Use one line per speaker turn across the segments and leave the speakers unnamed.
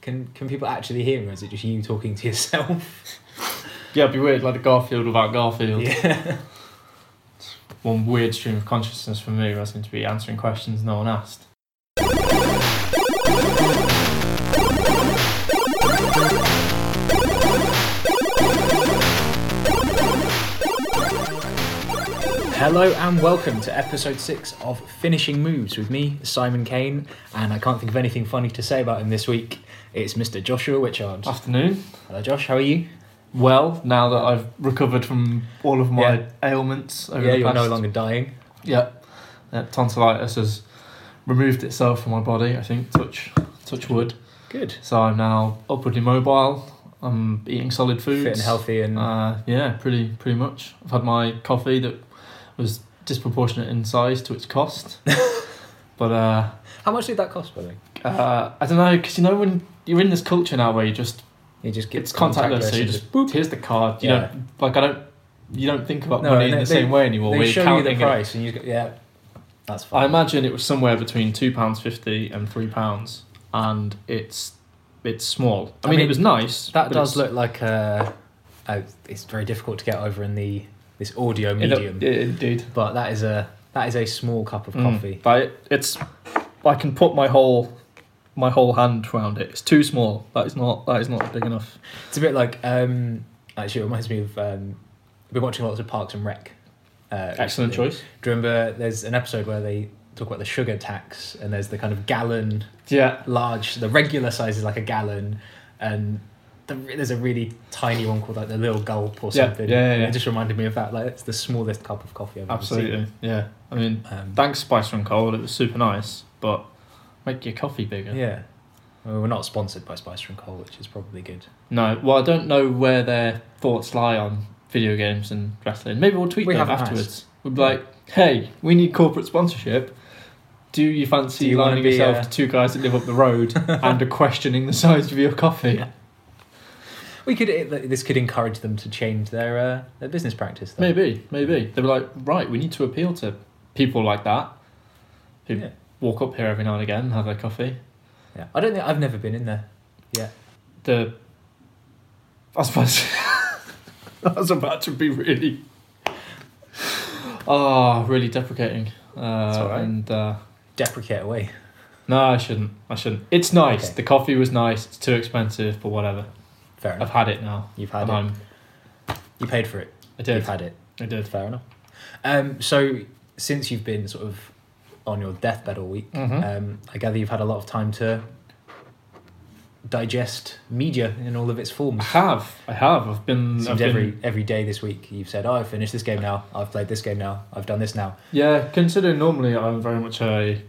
Can can people actually hear him, or is it just you talking to yourself?
Yeah, it'd be weird, like the Garfield without Garfield.
yeah.
One weird stream of consciousness for me where I seem to be answering questions no one asked.
Hello and welcome to episode six of Finishing Moves with me, Simon Kane, and I can't think of anything funny to say about him this week. It's Mr. Joshua Wichard.
Afternoon.
Hello, Josh. How are you?
Well, now that I've recovered from all of my
Yeah.
ailments over
yeah,
the
you're
past
no longer dying.
Yeah. Uh, tonsillitis has removed itself from my body, I think. Touch touch wood.
Good.
So I'm now upwardly mobile. I'm eating solid foods.
Fit and healthy, and
Uh, yeah, pretty pretty much. I've had my coffee that was disproportionate in size to its cost. but uh,
how much did that cost, by the way?
uh, I don't know, because you know when you're in this culture now where you just
You just get
it's contactless, so you
and
just boop, here's the card. You
Yeah.
don't like I don't you don't think about
No,
money in
they-
the
they-
same way anymore.
they
where you're
show you the
counting it.
price, and you just go, yeah, that's fine.
I imagine it was somewhere between two pounds fifty and three pounds, and it's it's small. I,
I
mean,
mean,
it was nice.
That
but
does
it's-
look like a, a. It's very difficult to get over in the this audio
it look-
medium,
yeah, indeed.
but that is a that is a small cup of
Mm.
coffee.
But it- it's I can put my whole my whole hand around it. It's too small. That is not that is not big enough.
It's a bit like um, actually it reminds me of um, I've been watching lots of Parks and Rec. Uh,
Excellent
recently.
choice.
Do you remember there's an episode where they talk about the sugar tax and there's the kind of gallon
Yeah.
large. The regular size is like a gallon, and the, there's a really tiny one called like the little gulp or
Yeah,
something.
yeah, yeah,
And
yeah.
It just reminded me of that. Like it's the smallest cup of coffee I've ever
Absolutely. Yeah. I mean,
seen. Um,
thanks Spice from Cold. It was super nice, but make your coffee bigger.
yeah. Well, we're not sponsored by Spice from Coal, which is probably good.
No. Well, I don't know where their thoughts lie on video games and wrestling. Maybe we'll tweet
We
them
haven't asked.
afterwards. We'll be like, hey, we need corporate sponsorship. Do you fancy
Do you wanna
lining
be,
yourself
uh,
to two guys that live up the road and are questioning the size of your coffee?
Yeah. We could it, this could encourage them to change their uh, their business practice. Though.
Maybe, maybe. They were like, right, we need to appeal to people like that who
Yeah.
walk up here every now and again and have their coffee.
yeah. I don't think I've never been in there.
The I suppose I was about to be really Oh, really deprecating. Uh,
alright.
and uh,
Deprecate away.
no, I shouldn't. I shouldn't. It's nice.
Okay.
The coffee was nice. It's too expensive, but whatever.
Fair
I've
enough.
had it now.
You've had
and
it.
I'm-
You paid for it.
I
You've
did.
had it.
I did.
Fair enough. Um, so since you've been sort of on your deathbed all week,
Mhm.
um, I gather you've had a lot of time to digest media in all of its
I
forms.
have. I have. I've been.
Seems
I've been-
every every day this week you've said, "Oh, I've finished this game now. I've played this game now. I've done this now."
Yeah, considering normally I'm very much a,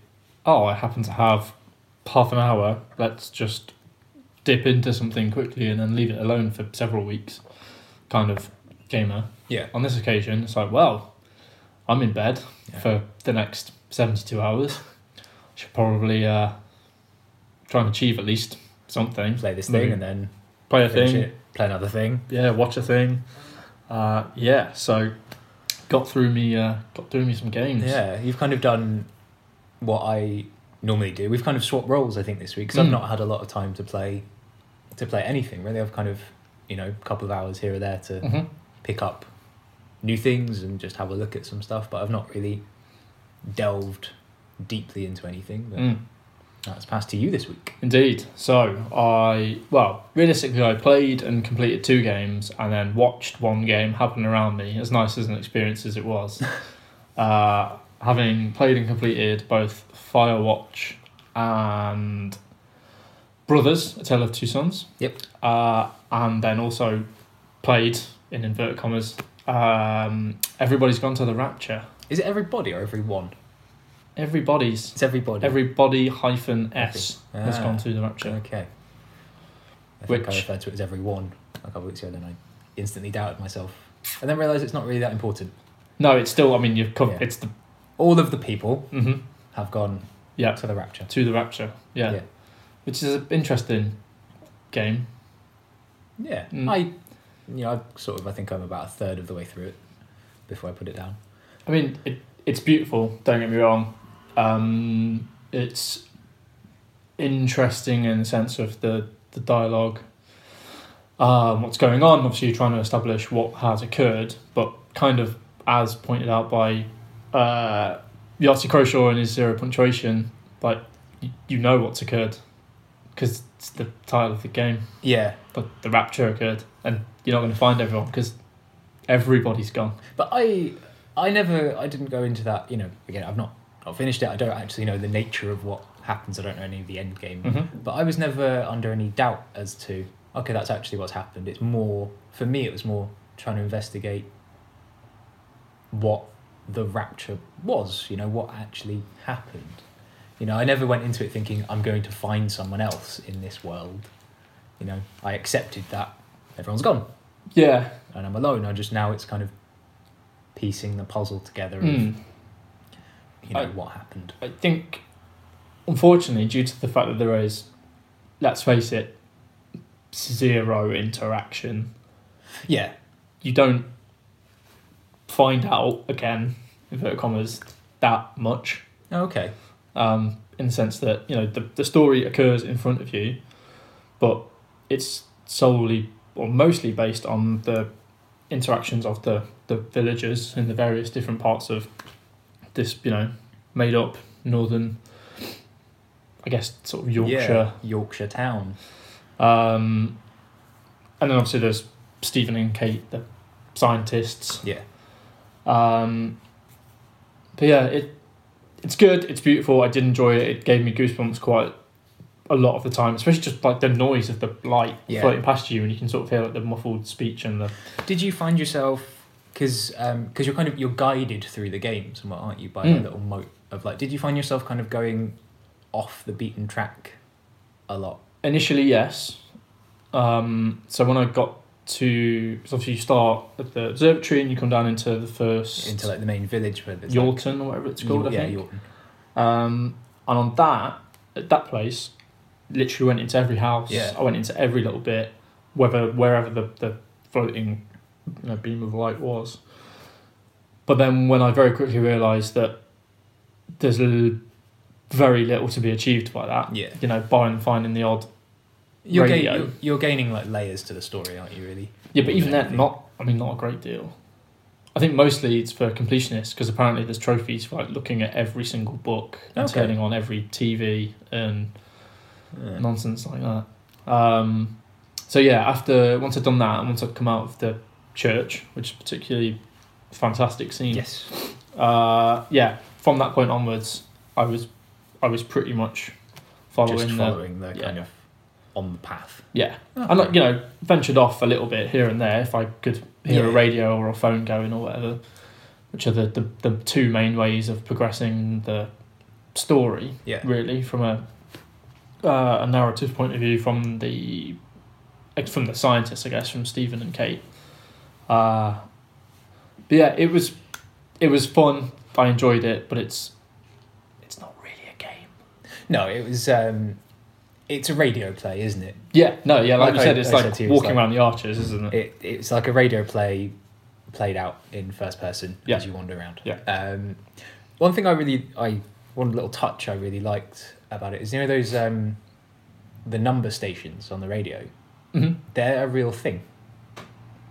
oh, I happen to have half an hour, let's just dip into something quickly and then leave it alone for several weeks kind of gamer.
Yeah.
On this occasion, it's like, well, I'm in bed
Yeah.
for the next 72 hours. Should probably uh, try and achieve at least something.
Play this thing
Maybe
and then
Play a
finish
thing,
it. Play another thing.
yeah, watch a thing. Uh, yeah, so got through me uh, got through me some games.
Yeah, you've kind of done what I normally do. We've kind of swapped roles, I think, this week because
Mm.
I've not had a lot of time to play to play anything. Really, I've kind of you know a couple of hours here or there to
Mhm.
pick up new things and just have a look at some stuff, but I've not really delved deeply into anything. But
Mm,
that's passed to you this week.
indeed. So I well, realistically, I played and completed two games, and then watched one game happen around me. As nice as an experience as it was, uh, having played and completed both Firewatch and Brothers: A Tale of Two Sons.
Yep.
Uh, and then also played in inverted commas. Um, everybody's gone to the Rapture.
Is it everybody or everyone?
Everybody's
It's everybody.
everybody hyphen s has
Ah,
gone to the Rapture.
Okay. I think I
Which-
referred to it as everyone a couple of weeks ago, then I instantly doubted myself. And then realised it's not really that important.
No, it's still. I mean, you've covered.
Yeah.
It's the
All of the people
mhm,
have gone
yeah
to the rapture.
to the rapture. Yeah,
Yeah.
which is an interesting game.
Yeah.
Mm.
I you know, I sort of I think I'm about a third of the way through it before I put it down.
I mean, it, it's beautiful. Don't get me wrong. Um, it's interesting in the sense of the the dialogue, um, what's going on. Obviously, you're trying to establish what has occurred, but kind of as pointed out by uh, Yahtzee Croshaw in his zero punctuation, like you, you know what's occurred because it's the title of the game.
Yeah,
But the rapture occurred, and you're not going to find everyone because everybody's gone.
but I I never I didn't go into that. You know, again, I've not not finished it. I don't actually know the nature of what happens. I don't know any of the end game.
Mm-hmm.
But I was never under any doubt as to okay, that's actually what's happened. It's more for me. It was more trying to investigate what the rapture was. You know what actually happened. You know, I never went into it thinking I'm going to find someone else in this world. You know, I accepted that everyone's gone
Yeah.
and I'm alone. I just now it's kind of piecing the puzzle together of
Mm.
you know
I-
what happened.
I think, unfortunately, due to the fact that there is, let's face it, zero interaction,
Yeah,
you don't find out again, inverted commas, that much.
okay,
Um, in the sense that you know the the story occurs in front of you, but it's solely or mostly based on the interactions of the the villagers in the various different parts of this you know made up northern, I guess sort of Yorkshire.
Yeah, Yorkshire town.
Um, and then obviously there's Stephen and Kate, the scientists.
Yeah.
Um, but yeah, it it's good. It's beautiful. I did enjoy it. It gave me goosebumps quite a lot of the time, especially just like the noise of the light
Yeah.
floating past you, and you can sort of hear like the muffled speech and the
Did you find yourself because because you're kind of you're guided through the games and what aren't you by
Mm.
a little moat of like? Did you find yourself kind of going off the beaten track a lot?
Initially, yes. Um, so when I got to, so obviously you start at the observatory and you come down into the first
into like the main village where there's like,
Yorkton or whatever it's
Yor-
called. I
yeah,
think.
Yorton.
Um, and on that, at that place, literally went into every house.
Yeah.
I went into every little bit, whether wherever the, the floating you know, beam of light was. But then when I very quickly realised that there's l- very little to be achieved by that,
Yeah,
you know, barring finding the odd.
you're, ga-
Radio.
you're you're gaining like layers to the story, aren't you? Really?
Yeah, but even
Yeah.
then, not, I mean, not a great deal. I think mostly it's for completionists because apparently there's trophies for like looking at every single book and
Okay.
turning on every TV and
Yeah.
nonsense like that. Um, so yeah, after once I'd done that and once I'd come out of the church, which is a particularly fantastic scene.
Yes.
Uh, yeah, from that point onwards, I was I was pretty much following,
Just following the,
yeah.
kind of on the path. Oh,
the yeah.
Okay.
And like, you know, ventured off a little bit here and there if I could hear a
Yeah.
radio or a phone going or whatever, which are the, the, the two main ways of progressing the story
yeah.
really from a uh, a narrative point of view from the like, from the scientists, I guess, from Stephen and Kate. Uh, but yeah, it was it was fun. I enjoyed it, but it's it's not really a game.
No, it was. um It's a radio play, isn't it?
Yeah, no, yeah, like,
Like
you said,
I-
it's
I said
like
to you, it's
walking
like-
around the arches, isn't it?
It, it's like a radio play played out in first person
Yeah.
as you wander around.
Yeah.
Um, one thing I really, I one little touch I really liked about it is you know those um, the number stations on the radio.
hmm
They're a real thing.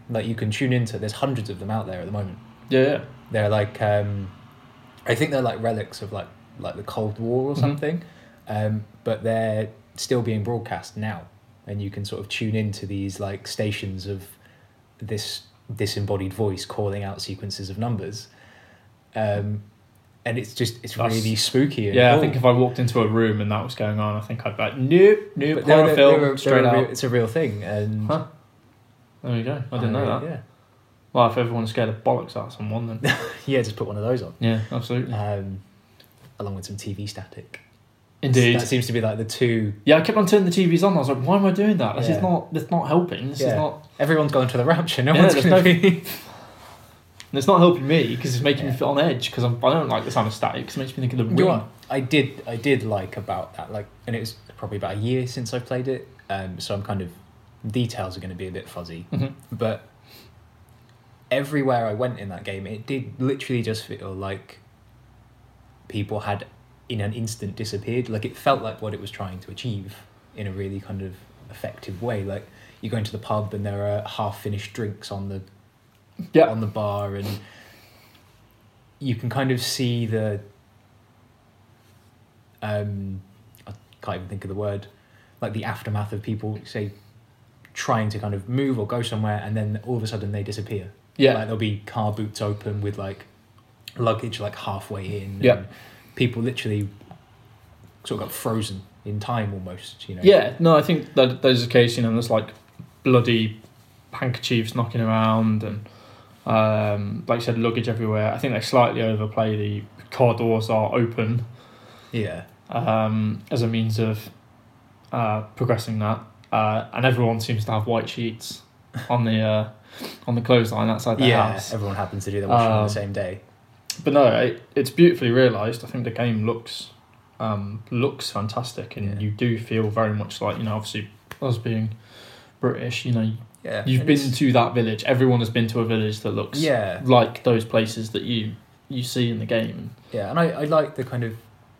Like you can tune into. There's hundreds of them out there at the moment.
Yeah, yeah,
They're like, um, I think they're like relics of like like the Cold War or
Mhm.
something, um, but they're still being broadcast now, and you can sort of tune into these like stations of this disembodied voice calling out sequences of numbers, um, and it's just it's
That's-
really spooky. And
yeah. I
cool.
think if I walked into a room and that was going on, I think I'd be like, nope, nope,
But
horror
they're- they're-
film,
they're a-
straight
they're a
out.
real- it's a real thing, and uh,
Huh? There you go. I didn't know that.
Oh, Yeah,
Well, if everyone's scared of bollocks out of someone, then
yeah, just put one of those on,
Yeah, absolutely.
um, along with some TV static.
Indeed.
that seems to be like the two
yeah, I kept on turning the TVs on. I was like, why am I doing that? This
Yeah.
is not. This is not helping. This is
Yeah.
not.
Everyone's gone to the rapture. No
Yeah,
one's
there's
going to
no-
be.
It's not helping me because it's making me
Yeah.
feel on edge because I don't like the sound of static. 'cause it makes me think of the
You know
wind.
what? I did. I did like about that. Like, and it was probably about a year since I played it. Um, so I'm kind of details are going to be a bit fuzzy,
Mhm.
but everywhere I went in that game, it did literally just feel like people had in an instant disappeared. Like it felt like what it was trying to achieve in a really kind of effective way. Like you go into the pub and there are half finished drinks on the
Yeah.
on the bar and you can kind of see the um I can't even think of the word like the aftermath of people say trying to kind of move or go somewhere and then all of a sudden they disappear
Yeah.
like there'll be car boots open with like luggage like halfway in
Yeah.
and people literally sort of got frozen in time almost you know
Yeah, no, I think that that is the case. You know, there's like bloody handkerchiefs knocking around and, um, like you said, luggage everywhere. I think they slightly overplay the car doors are open
yeah
um, as a means of uh, progressing that. Uh, and everyone seems to have white sheets on the uh, on the clothesline outside their
yeah
house.
everyone happens to do their washing on
Um,
the same day
But no, it, it's beautifully realised. I think the game looks um, looks fantastic, and
Yeah.
you do feel very much like you know, obviously us being British, you know,
yeah
you've
and
been
it's-
to that village. Everyone has been to a village that looks
yeah
like those places that you you see in the game.
Yeah, and I, I like the kind of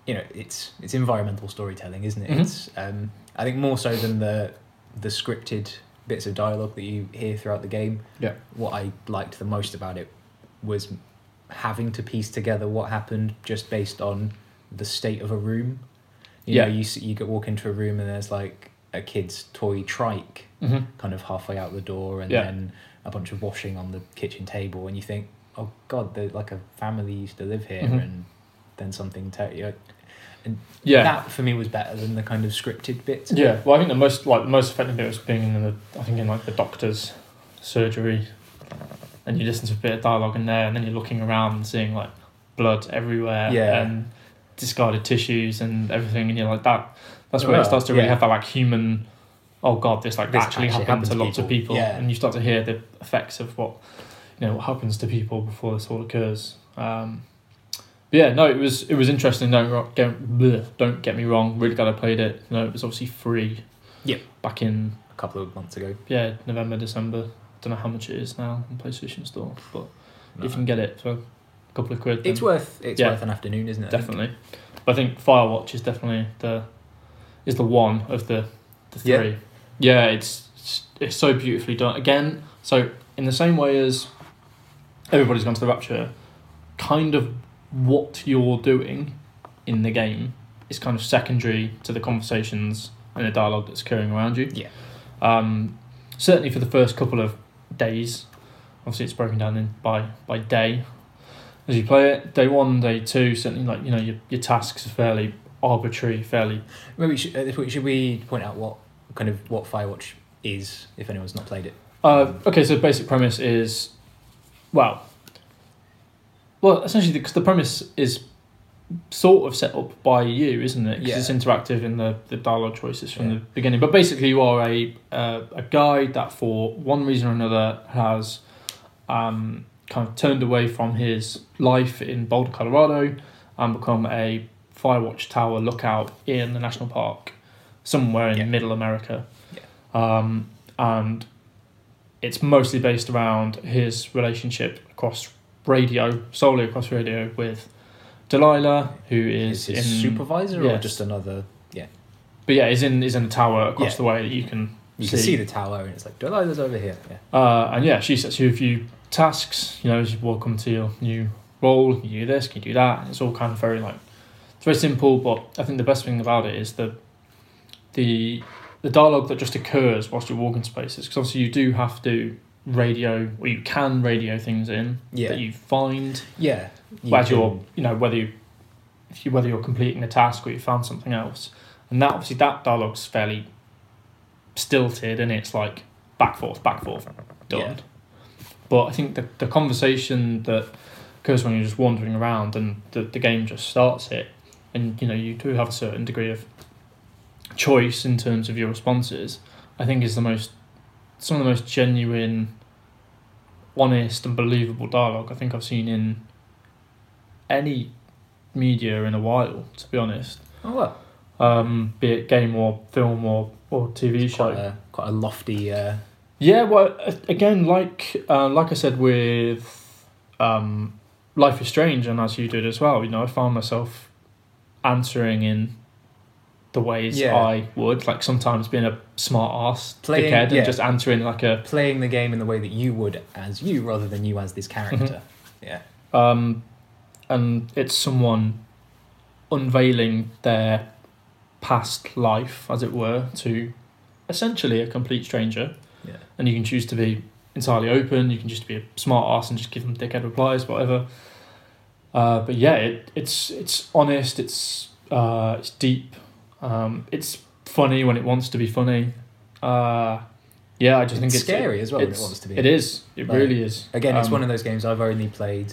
you know it's it's environmental storytelling, isn't it?
Mhm.
It's um, I think more so than the the scripted bits of dialogue that you hear throughout the game.
Yeah.
What I liked the most about it was having to piece together what happened just based on the state of a room. You
Yeah.
know, you s- you could walk into a room and there's like a kid's toy trike
Mm-hmm.
kind of halfway out the door and
Yeah.
then a bunch of washing on the kitchen table and you think oh god the, like a family used to live here
Mhm.
and then something ter- you know,
Yeah,
that for me was better than the kind of scripted bit
yeah. Well, I think the most like the most effective bit was being in the I think in like the doctor's surgery, and you listen to a bit of dialogue in there, and then you're looking around and seeing like blood everywhere
Yeah.
and discarded tissues and everything, and you're like that. That's where
Well,
it starts to really
yeah.
have that like human. Oh god, this like
This
actually,
actually
happened,
happened
to
to
lots of
people."
people,
Yeah.
and you start to hear the effects of what you know what happens to people before this all occurs. Um, but yeah, no, it was it was interesting. Don't ro- don't, bleh, don't get me wrong. Really glad I played it. You know, it was obviously free.
Yep.
Back in
a couple of months ago
yeah November December. Don't know how much it is now on PlayStation Store, but if you can get it for a couple of quid, then
it's worth it's
Yeah.
worth an afternoon isn't it
definitely. But I think Firewatch is definitely the is the one of the the
Yeah.
three. Yeah, it's it's- it's so beautifully done. Again, so in the same way as everybody's gone to the Rapture, kind of what you're doing in the game is kind of secondary to the conversations and the dialogue that's occurring around you.
Yeah.
Um, certainly for the first couple of days, obviously it's broken down in by by day as you play it. Day one, day two, certainly like you know your your tasks are fairly arbitrary, fairly
maybe we should, at this point, should we point out what kind of what firewatch is if anyone's not played it
Uh, okay, so basic premise is, well, well, essentially because the premise is sort of set up by you, isn't it? 'Cause
Yeah.
it's interactive in the, the dialogue choices from
Yeah.
the beginning. But basically, you are a uh, a guy that, for one reason or another, has um, kind of turned away from his life in Boulder, Colorado, and become a firewatch tower lookout in the national park somewhere in
Yeah.
Middle America. Um, and it's mostly based around his relationship across radio, solely across radio, with Delilah, who
is
is,
his
in
supervisor or
yes.
just another
but yeah, is in is in the tower across
Yeah.
the way that you can
you
see.
can see the tower and it's like Delilah's over here yeah
Uh, and yeah, she sets you a few tasks. You know, as you walk into your new role, you do this, can you do that? And it's all kind of very like it's very simple, but I think the best thing about it is the the the dialogue that just occurs whilst you're walking spaces. Because obviously you do have to radio, or you can radio things in
Yeah.
that you find
yeah you
whether
can-
you're you know whether you, if you whether you're completing a task or you found something else and that obviously that dialogue's fairly stilted and it's like back forth back forth done
Yeah.
but i think the, the conversation that occurs when you're just wandering around and the, the game just starts it and you know you do have a certain degree of choice in terms of your responses i think is the most some of the most genuine honest and believable dialogue i think i've seen in any media in a while, to be honest.
oh well
Um, be it game or film or, or TV show.
quite a, quite a lofty uh,
Yeah, well, a- again, like uh, like I said with um, Life is Strange, and as you did as well, you know, I found myself answering in the ways
Yeah.
I would, like sometimes being a smart ass
Playing-
dickhead and
yeah.
just answering like a
Playing the game in the way that you would as you rather than you as
Mhm.
this character. Yeah.
um, and it's someone unveiling their past life, as it were, to essentially a complete stranger,
Yeah.
and you can choose to be entirely open. You can just be a smart ass and just give them dickhead replies, whatever. Uh, but yeah, it, it's it's honest. It's uh, it's deep. Um, it's funny when it wants to be funny. Uh, yeah, I just think
It's
it's
scary as well when it
it's-
wants to be.
It is. It
Like,
really is.
Again, it's
Um,
one of those games I've only played,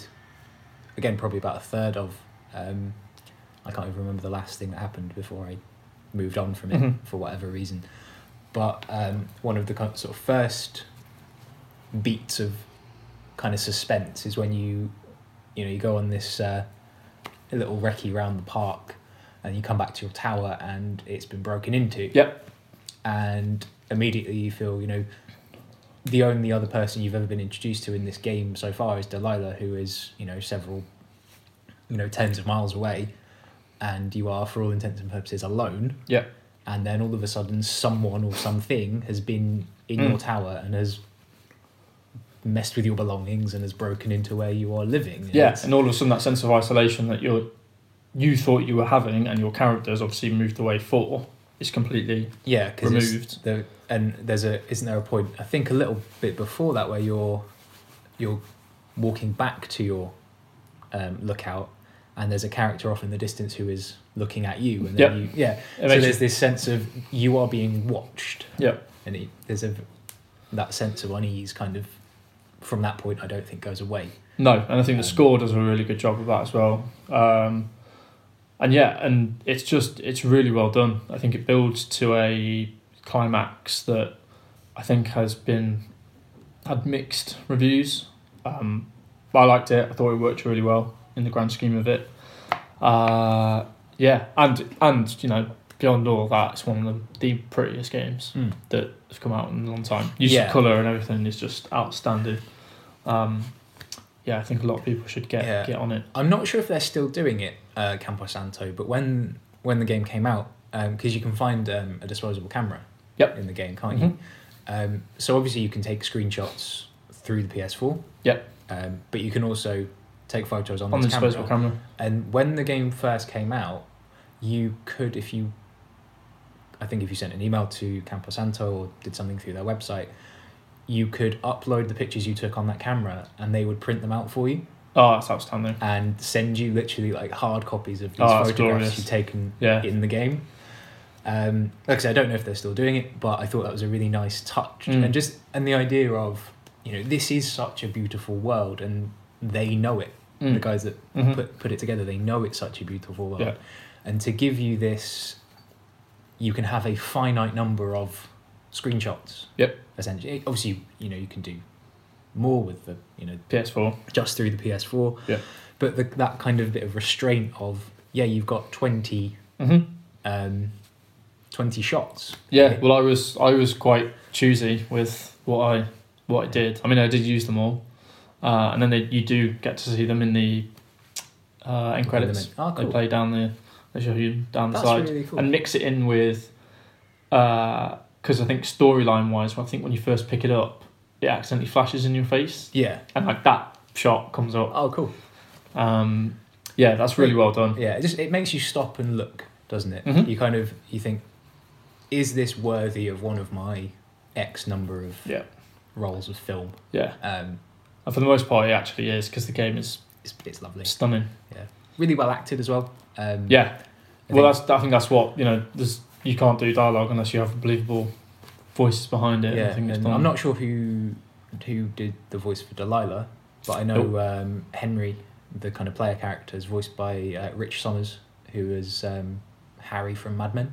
again, probably about a third of. Um, I can't even remember the last thing that happened before I moved on from it
Mhm.
for whatever reason. But um, one of the kind sort of first beats of kind of suspense is when you, you know, you go on this uh, little recce round the park and you come back to your tower and it's been broken into
Yep.
and immediately you feel you know the only other person you've ever been introduced to in this game so far is Delilah, who is you know several you know tens of miles away, and you are for all intents and purposes alone.
Yep.
And then all of a sudden, someone or something has been in
Mm.
your tower and has messed with your belongings and has broken into where you are living. And
Yeah,
it's-
and all of a sudden that sense of isolation that you you thought you were having, and your character's obviously moved away for, is completely
yeah, because
removed.
The, and there's a isn't there a point I think a little bit before that where you're you're walking back to your um, lookout and there's a character off in the distance who is looking at you and then you yeah
It
so
makes
there's this sense of you are being watched
Yeah.
and it, there's a that sense of unease kind of from that point I don't think goes away
No, and I think
Um,
the score does a really good job of that as well. Um, and yeah, and it's just it's really well done. I think it builds to a climax that I think has been had mixed reviews. Um, but I liked it. I thought it worked really well in the grand scheme of it. Uh, yeah, and and you know beyond all that, it's one of the, the prettiest games
Mm.
that have come out in a long time. Use
Yeah.
of color and everything is just outstanding. Um, yeah, I think a lot of people should get
Yeah.
get on it.
I'm not sure if they're still doing it, uh, Campo Santo, but when when the game came out, because you can find um, a disposable camera
Yep.
in the game, can't
Mhm.
you? Um, so obviously you can take screenshots through the PS4.
Yep.
Um, but you can also take photos on,
on the
this camera.
disposable camera.
And when the game first came out, you could, if you, I think if you sent an email to Camposanto or did something through their website, you could upload the pictures you took on that camera and they would print them out for you
Oh, that's outstanding.
and send you literally like hard copies of these
Oh, that's
photographs
glorious.
you've taken
Yeah.
in the game. Um, like I said, I don't know if they're still doing it, but I thought that was a really nice touch,
Mm.
and just and the idea of you know this is such a beautiful world, and they know it. The
Mm.
guys that
Mhm.
put put it together, they know it's such a beautiful world,
Yeah.
and to give you this, you can have a finite number of screenshots.
Yep.
Essentially, obviously, you know you can do more with the you know
PS4.
just through the PS4.
Yeah.
But the, that kind of bit of restraint of yeah, you've got 20,
hmm
um, 20 shots.
Yeah. Well, I was I was quite choosy with what I what I did. I mean, I did use them all, uh, and then they, you do get to see them in the uh, end credits.
Oh,
They
cool.
play down the they show you down the
That's
side
really cool.
and mix it in with because I think storyline wise, I think when you first pick it up, it accidentally flashes in your face,
yeah.
and like that shot comes up.
Oh, cool.
Um, yeah, that's really well done.
Yeah. It just it makes you stop and look, doesn't it?
Mhm.
You kind of you think, is this worthy of one of my X number of
Yeah.
rolls of film?
Yeah,
Um,
and for the most part, it actually is because the game is
it's, it's lovely.
stunning.
Really well acted as well. Um,
Yeah,
I
well,
think-
that's I think that's what you know. There's you can't do dialogue unless you have believable voices behind it.
yeah.
I think it's
and
done.
I'm not sure who who did the voice for Delilah, but I know
Oh.
um, Henry, the kind of player character, is voiced by uh, Rich Summers, who is um, Harry from Mad Men,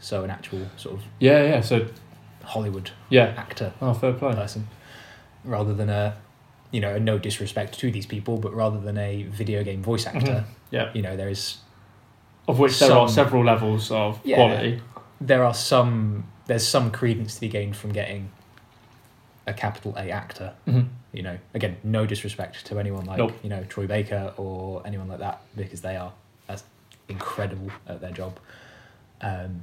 so an actual sort of
Yeah, yeah. So
Hollywood
yeah.
actor
Oh, fair play.
person, rather than a you know no disrespect to these people, but rather than a video game voice actor,
Mm-hmm. Yeah.
you know there is
Of which there are
Some-
several levels of
Yeah.
quality.
there are some there's some credence to be gained from getting a capital A actor
Mhm.
you know, again, no disrespect to anyone like
Nope.
you know Troy Baker or anyone like that because they are as incredible at their job. Um,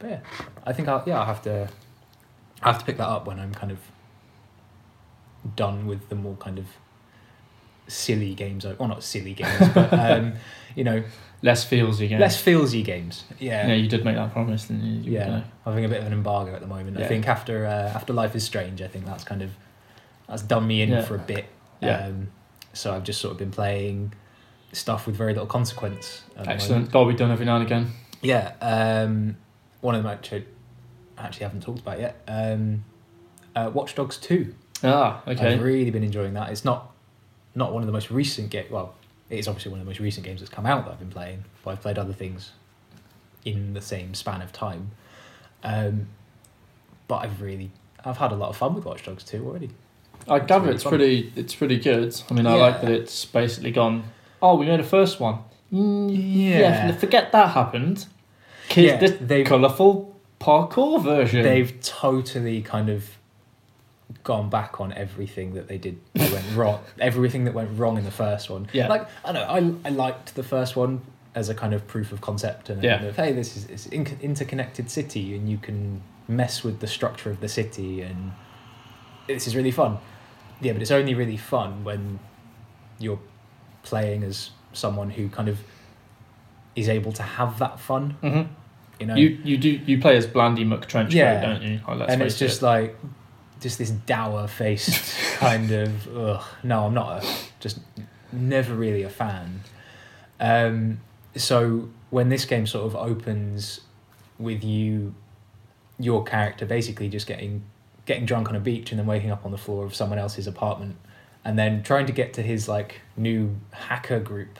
but yeah, I think I'll yeah I'll have to I have to pick that up when I'm kind of done with the more kind of silly games. I- Well, not silly games, but um, you know,
Less feelsy games.
less feelsy games. Yeah.
Yeah, you did make that promise, didn't you? You
yeah,
know.
having a bit of an embargo at the moment. I
Yeah.
think after uh, after Life is Strange, I think that's kind of that's done me in
Yeah.
for a bit.
Yeah.
Um, so I've just sort of been playing stuff with very little consequence. at the moment.
Excellent. Got to be done every now and again.
Yeah. Um, one of them actually, actually haven't talked about yet. Um, uh, Watch Dogs Two.
Ah,
I've
okay.
really been enjoying that. It's not not one of the most recent game. Well, it is obviously one of the most recent games that's come out that I've been playing, but I've played other things in the same span of time. Um, but I've really I've had a lot of fun with Watch Dogs 2 already.
I
It's
gather
really
it's
fun.
pretty. It's pretty good. I mean, I
Yeah.
like that it's basically gone. Oh, we made a first one. Mm, yeah.
Yeah.
f- Forget that happened. Kids,
Yeah,
this
they've-
colourful parkour version.
They've totally kind of gone back on everything that they did that went wrong everything that went wrong in the first one.
Yeah.
Like I don't know, I I liked the first one as a kind of proof of concept and a
Yeah.
kind of, hey this is it's in- interconnected city and you can mess with the structure of the city and this is really fun. Yeah, but it's only really fun when you're playing as someone who kind of is able to have that fun,
hmm
you know.
You you do you play as Blandy McTrenchcoat,
Yeah.
don't you? Like, let's
and
face
it's just
it.
like just this dour faced kind of ugh, no i'm not a, just never really a fan um, so when this game sort of opens with you your character basically just getting getting drunk on a beach and then waking up on the floor of someone else's apartment and then trying to get to his like new hacker group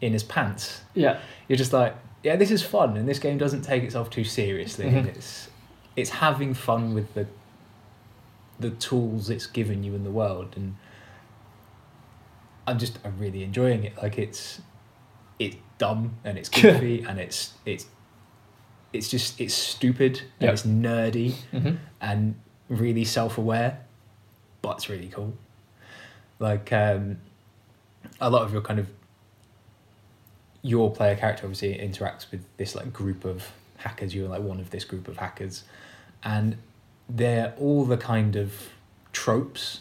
in his pants
yeah,
you're just like, yeah, this is fun, and this game doesn't take itself too seriously, and
Mhm.
it's it's having fun with the the tools it's given you in the world, and I'm just I'm really enjoying it. Like it's it's dumb and it's goofy and it's it's it's just it's stupid and
Yeah.
it's nerdy
hmm
and really self-aware but it's really cool like um a lot of your kind of your player character obviously interacts with this like group of hackers you're like one of this group of hackers and they're all the kind of tropes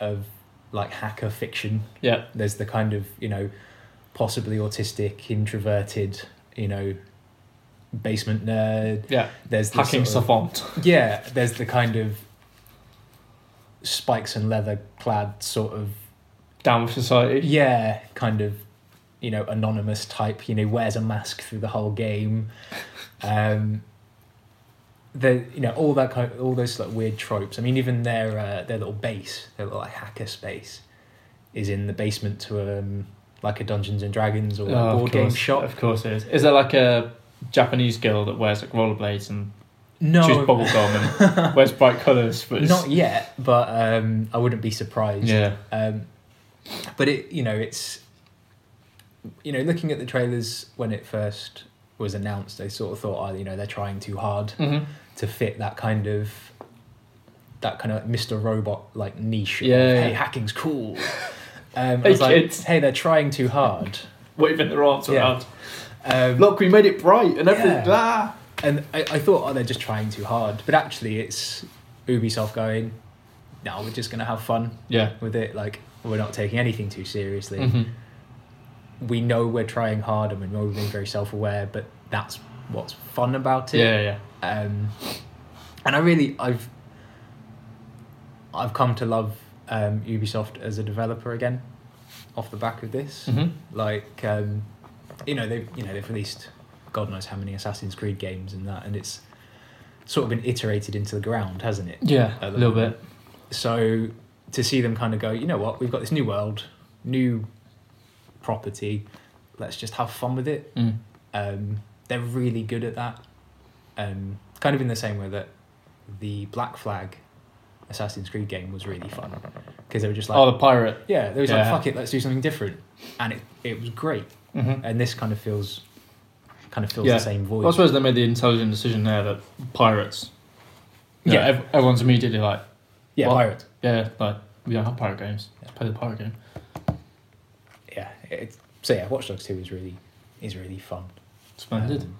of like hacker fiction
yeah,
there's the kind of you know possibly autistic introverted you know basement nerd
yeah.
there's the
Hacking
sort of-
savant.
yeah, there's the kind of spikes and leather clad sort of
Down with society.
yeah, kind of you know anonymous type. You know wears a mask through the whole game. Um, the you know all that kind all those like weird tropes. I mean even their uh, their little base, their little like, hacker space, is in the basement to um like a Dungeons and Dragons or a
Oh, of
board game
course,
shop.
Of course it is. Is there like a Japanese girl that wears like rollerblades and
No,
chews bubblegum and wears bright colours? But it's,
not yet. But um, I wouldn't be surprised.
yeah,
Um, but it, you know, it's, you know, looking at the trailers when it first was announced, they sort of thought, oh, you know, they're trying too hard
hmm
to fit that kind of, that kind of Mr. Robot like niche. of,
Yeah, yeah.
Hey, hacking's cool. Um,
Hey,
I was like,
kids.
hey, they're trying too hard.
waving their arms
Yeah.
around.
Um,
Look, we made it bright and everything.
Yeah.
blah.
and I, I thought, oh, they're just trying too hard. But actually, it's Ubisoft going, no, we're just going to have fun
Yeah.
with it. Like, we're not taking anything too seriously.
Mhm.
we know we're trying hard and we know we're being very self aware, but that's what's fun about it.
Yeah, yeah.
Um, and I really, I've, I've come to love um, Ubisoft as a developer again, off the back of this.
Mhm.
Like, um, you know, they've you know they've released, God knows how many Assassin's Creed games and that, and it's sort of been iterated into the ground, hasn't it?
Yeah,
At
a
the
little
moment.
bit.
So to see them kind of go, you know what, we've got this new world, new property, let's just have fun with it.
Mm.
Um, they're really good at that. Um, kind of in the same way that the Black Flag Assassin's Creed game was really fun because they were just like,
oh, the pirate.
yeah, they was like,
Yeah.
fuck it, let's do something different, and it, it was great.
hmm
And this kind of feels, kind of feels
Yeah.
the same void.
Well, I suppose they made the intelligent decision there that pirates. Yeah,
Yeah.
ev- everyone's immediately like,
yeah,
Well-
pirate.
yeah, like we don't have pirate games. Let's play the pirate game.
Yeah, it, so yeah, Watch Dogs Two is really is really fun.
Splendid.
Um,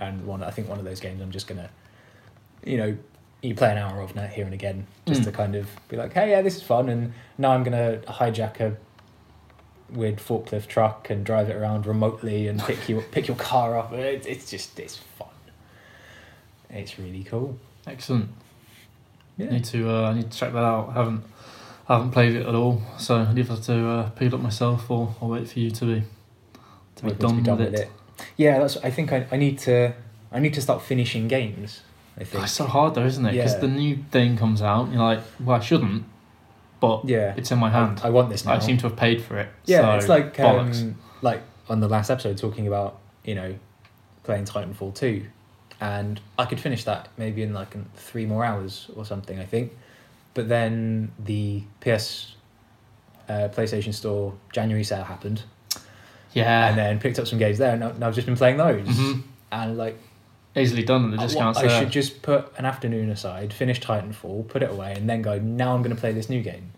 and one I think one of those games I'm just gonna, you know, you play an hour of now here and again just
Mm.
to kind of be like, hey, yeah, this is fun, and now I'm gonna hijack a weird forklift truck and drive it around remotely and pick you pick your car up. It, it's just it's fun. It's really cool.
Excellent.
Yeah.
Need to uh, need to check that out. Haven't haven't played it at all, so I'll either have to uh, pick it up myself or I'll wait for you to be to
People
be
to
done,
be done
with, it.
Yeah, that's. I think I, I need to. I need to start finishing games. I
God,
think.
it's so hard though, isn't it? Because
Yeah.
the new thing comes out, and you're like, well, I shouldn't, but
Yeah,
it's in my hand.
I, I want this now.
I seem to have paid for it.
yeah,
so
it's like
bollocks.
um, like on the last episode talking about you know playing Titanfall two, and I could finish that maybe in like in three more hours or something. I think, but then the PS, uh, PlayStation Store January sale happened,
yeah,
and then picked up some games there, and, I- and I've just been playing those.
Mhm.
And like
easily done at the
I- what-
discounts
Oh, I
there.
should just put an afternoon aside, finish Titanfall, put it away, and then go. Now I'm going to play this new game,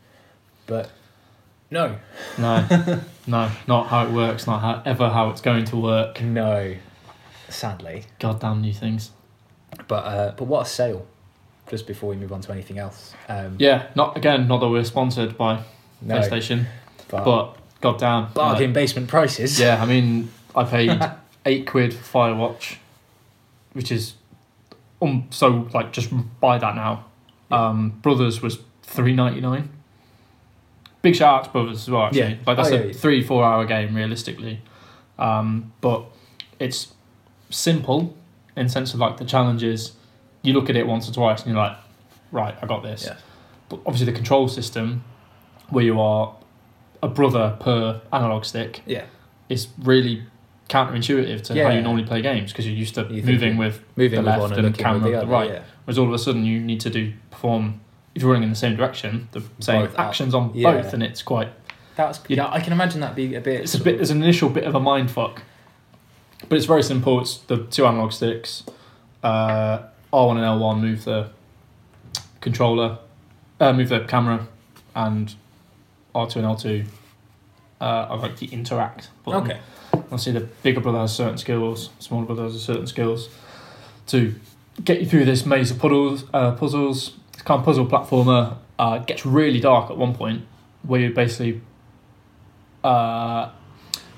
but no,
No, no, not how it works. Not how, ever how it's going to work.
no, sadly.
Goddamn new things.
But uh, but what a sale! Just before we move on to anything else, um,
Yeah, not again. Not that we're sponsored by
no,
PlayStation,
but,
but goddamn
bargain basement prices.
Yeah, I mean, I paid eight quid for Firewatch, which is um so like just buy that now. Um, Brothers was three ninety nine. Big shout out to Brothers as well. Actually.
Yeah.
like that's
Oh,
a
yeah, yeah.
three four hour game realistically, um, but it's simple in the sense of like the challenges. You look at it once or twice and you're like, right, I got this.
Yeah.
But obviously the control system, where you are a brother per analog stick,
yeah.
it's really counterintuitive to how
Yeah.
you normally play games because you're used to
You think
moving
you-
with,
Moving
the
with
left
one and
and
looking
camera
with the
the
other,
right.
Yeah.
whereas all of a sudden you need to do perform if you're running in the same direction the same
Both up.
actions on
Yeah.
both, and it's quite
That's
You-
yeah. I can imagine that being a bit.
it's a
sort
bit
of-
there's an initial bit of a mind fuck, but it's very simple. It's the two analog sticks, uh, R one and L one move the controller, uh, move the camera, and R two and L two. Uh, are like the interact button.
okay.
Obviously, the bigger brother has certain skills, smaller brother has certain skills to get you through this maze of puddles, uh, puzzles. It's kind of puzzle platformer. Uh, it gets really dark at one point where you basically, uh,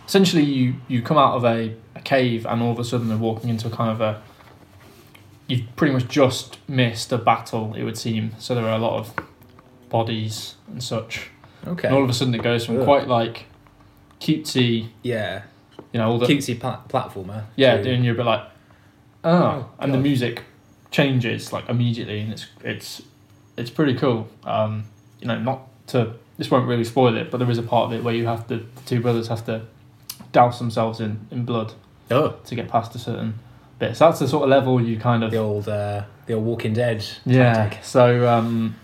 essentially, you, you come out of a, a cave and all of a sudden they're walking into a kind of a. You've pretty much just missed a battle, it would seem. So there are a lot of bodies and such.
Okay.
And all of a sudden it goes from
Ugh.
quite like cutesy,
yeah.
you know, all the
Cutesy pla- platformer.
yeah,
to-
and you're a bit like, oh,
Oh,
and the
God.
music changes like immediately, and it's it's it's pretty cool. Um, you know, not to this won't really spoil it, but there is a part of it where you have to the two brothers have to douse themselves in in blood
Oh.
to get past a certain bit. So that's the sort of level you kind of
The old uh, the old Walking Dead.
yeah.
Tactic.
So um,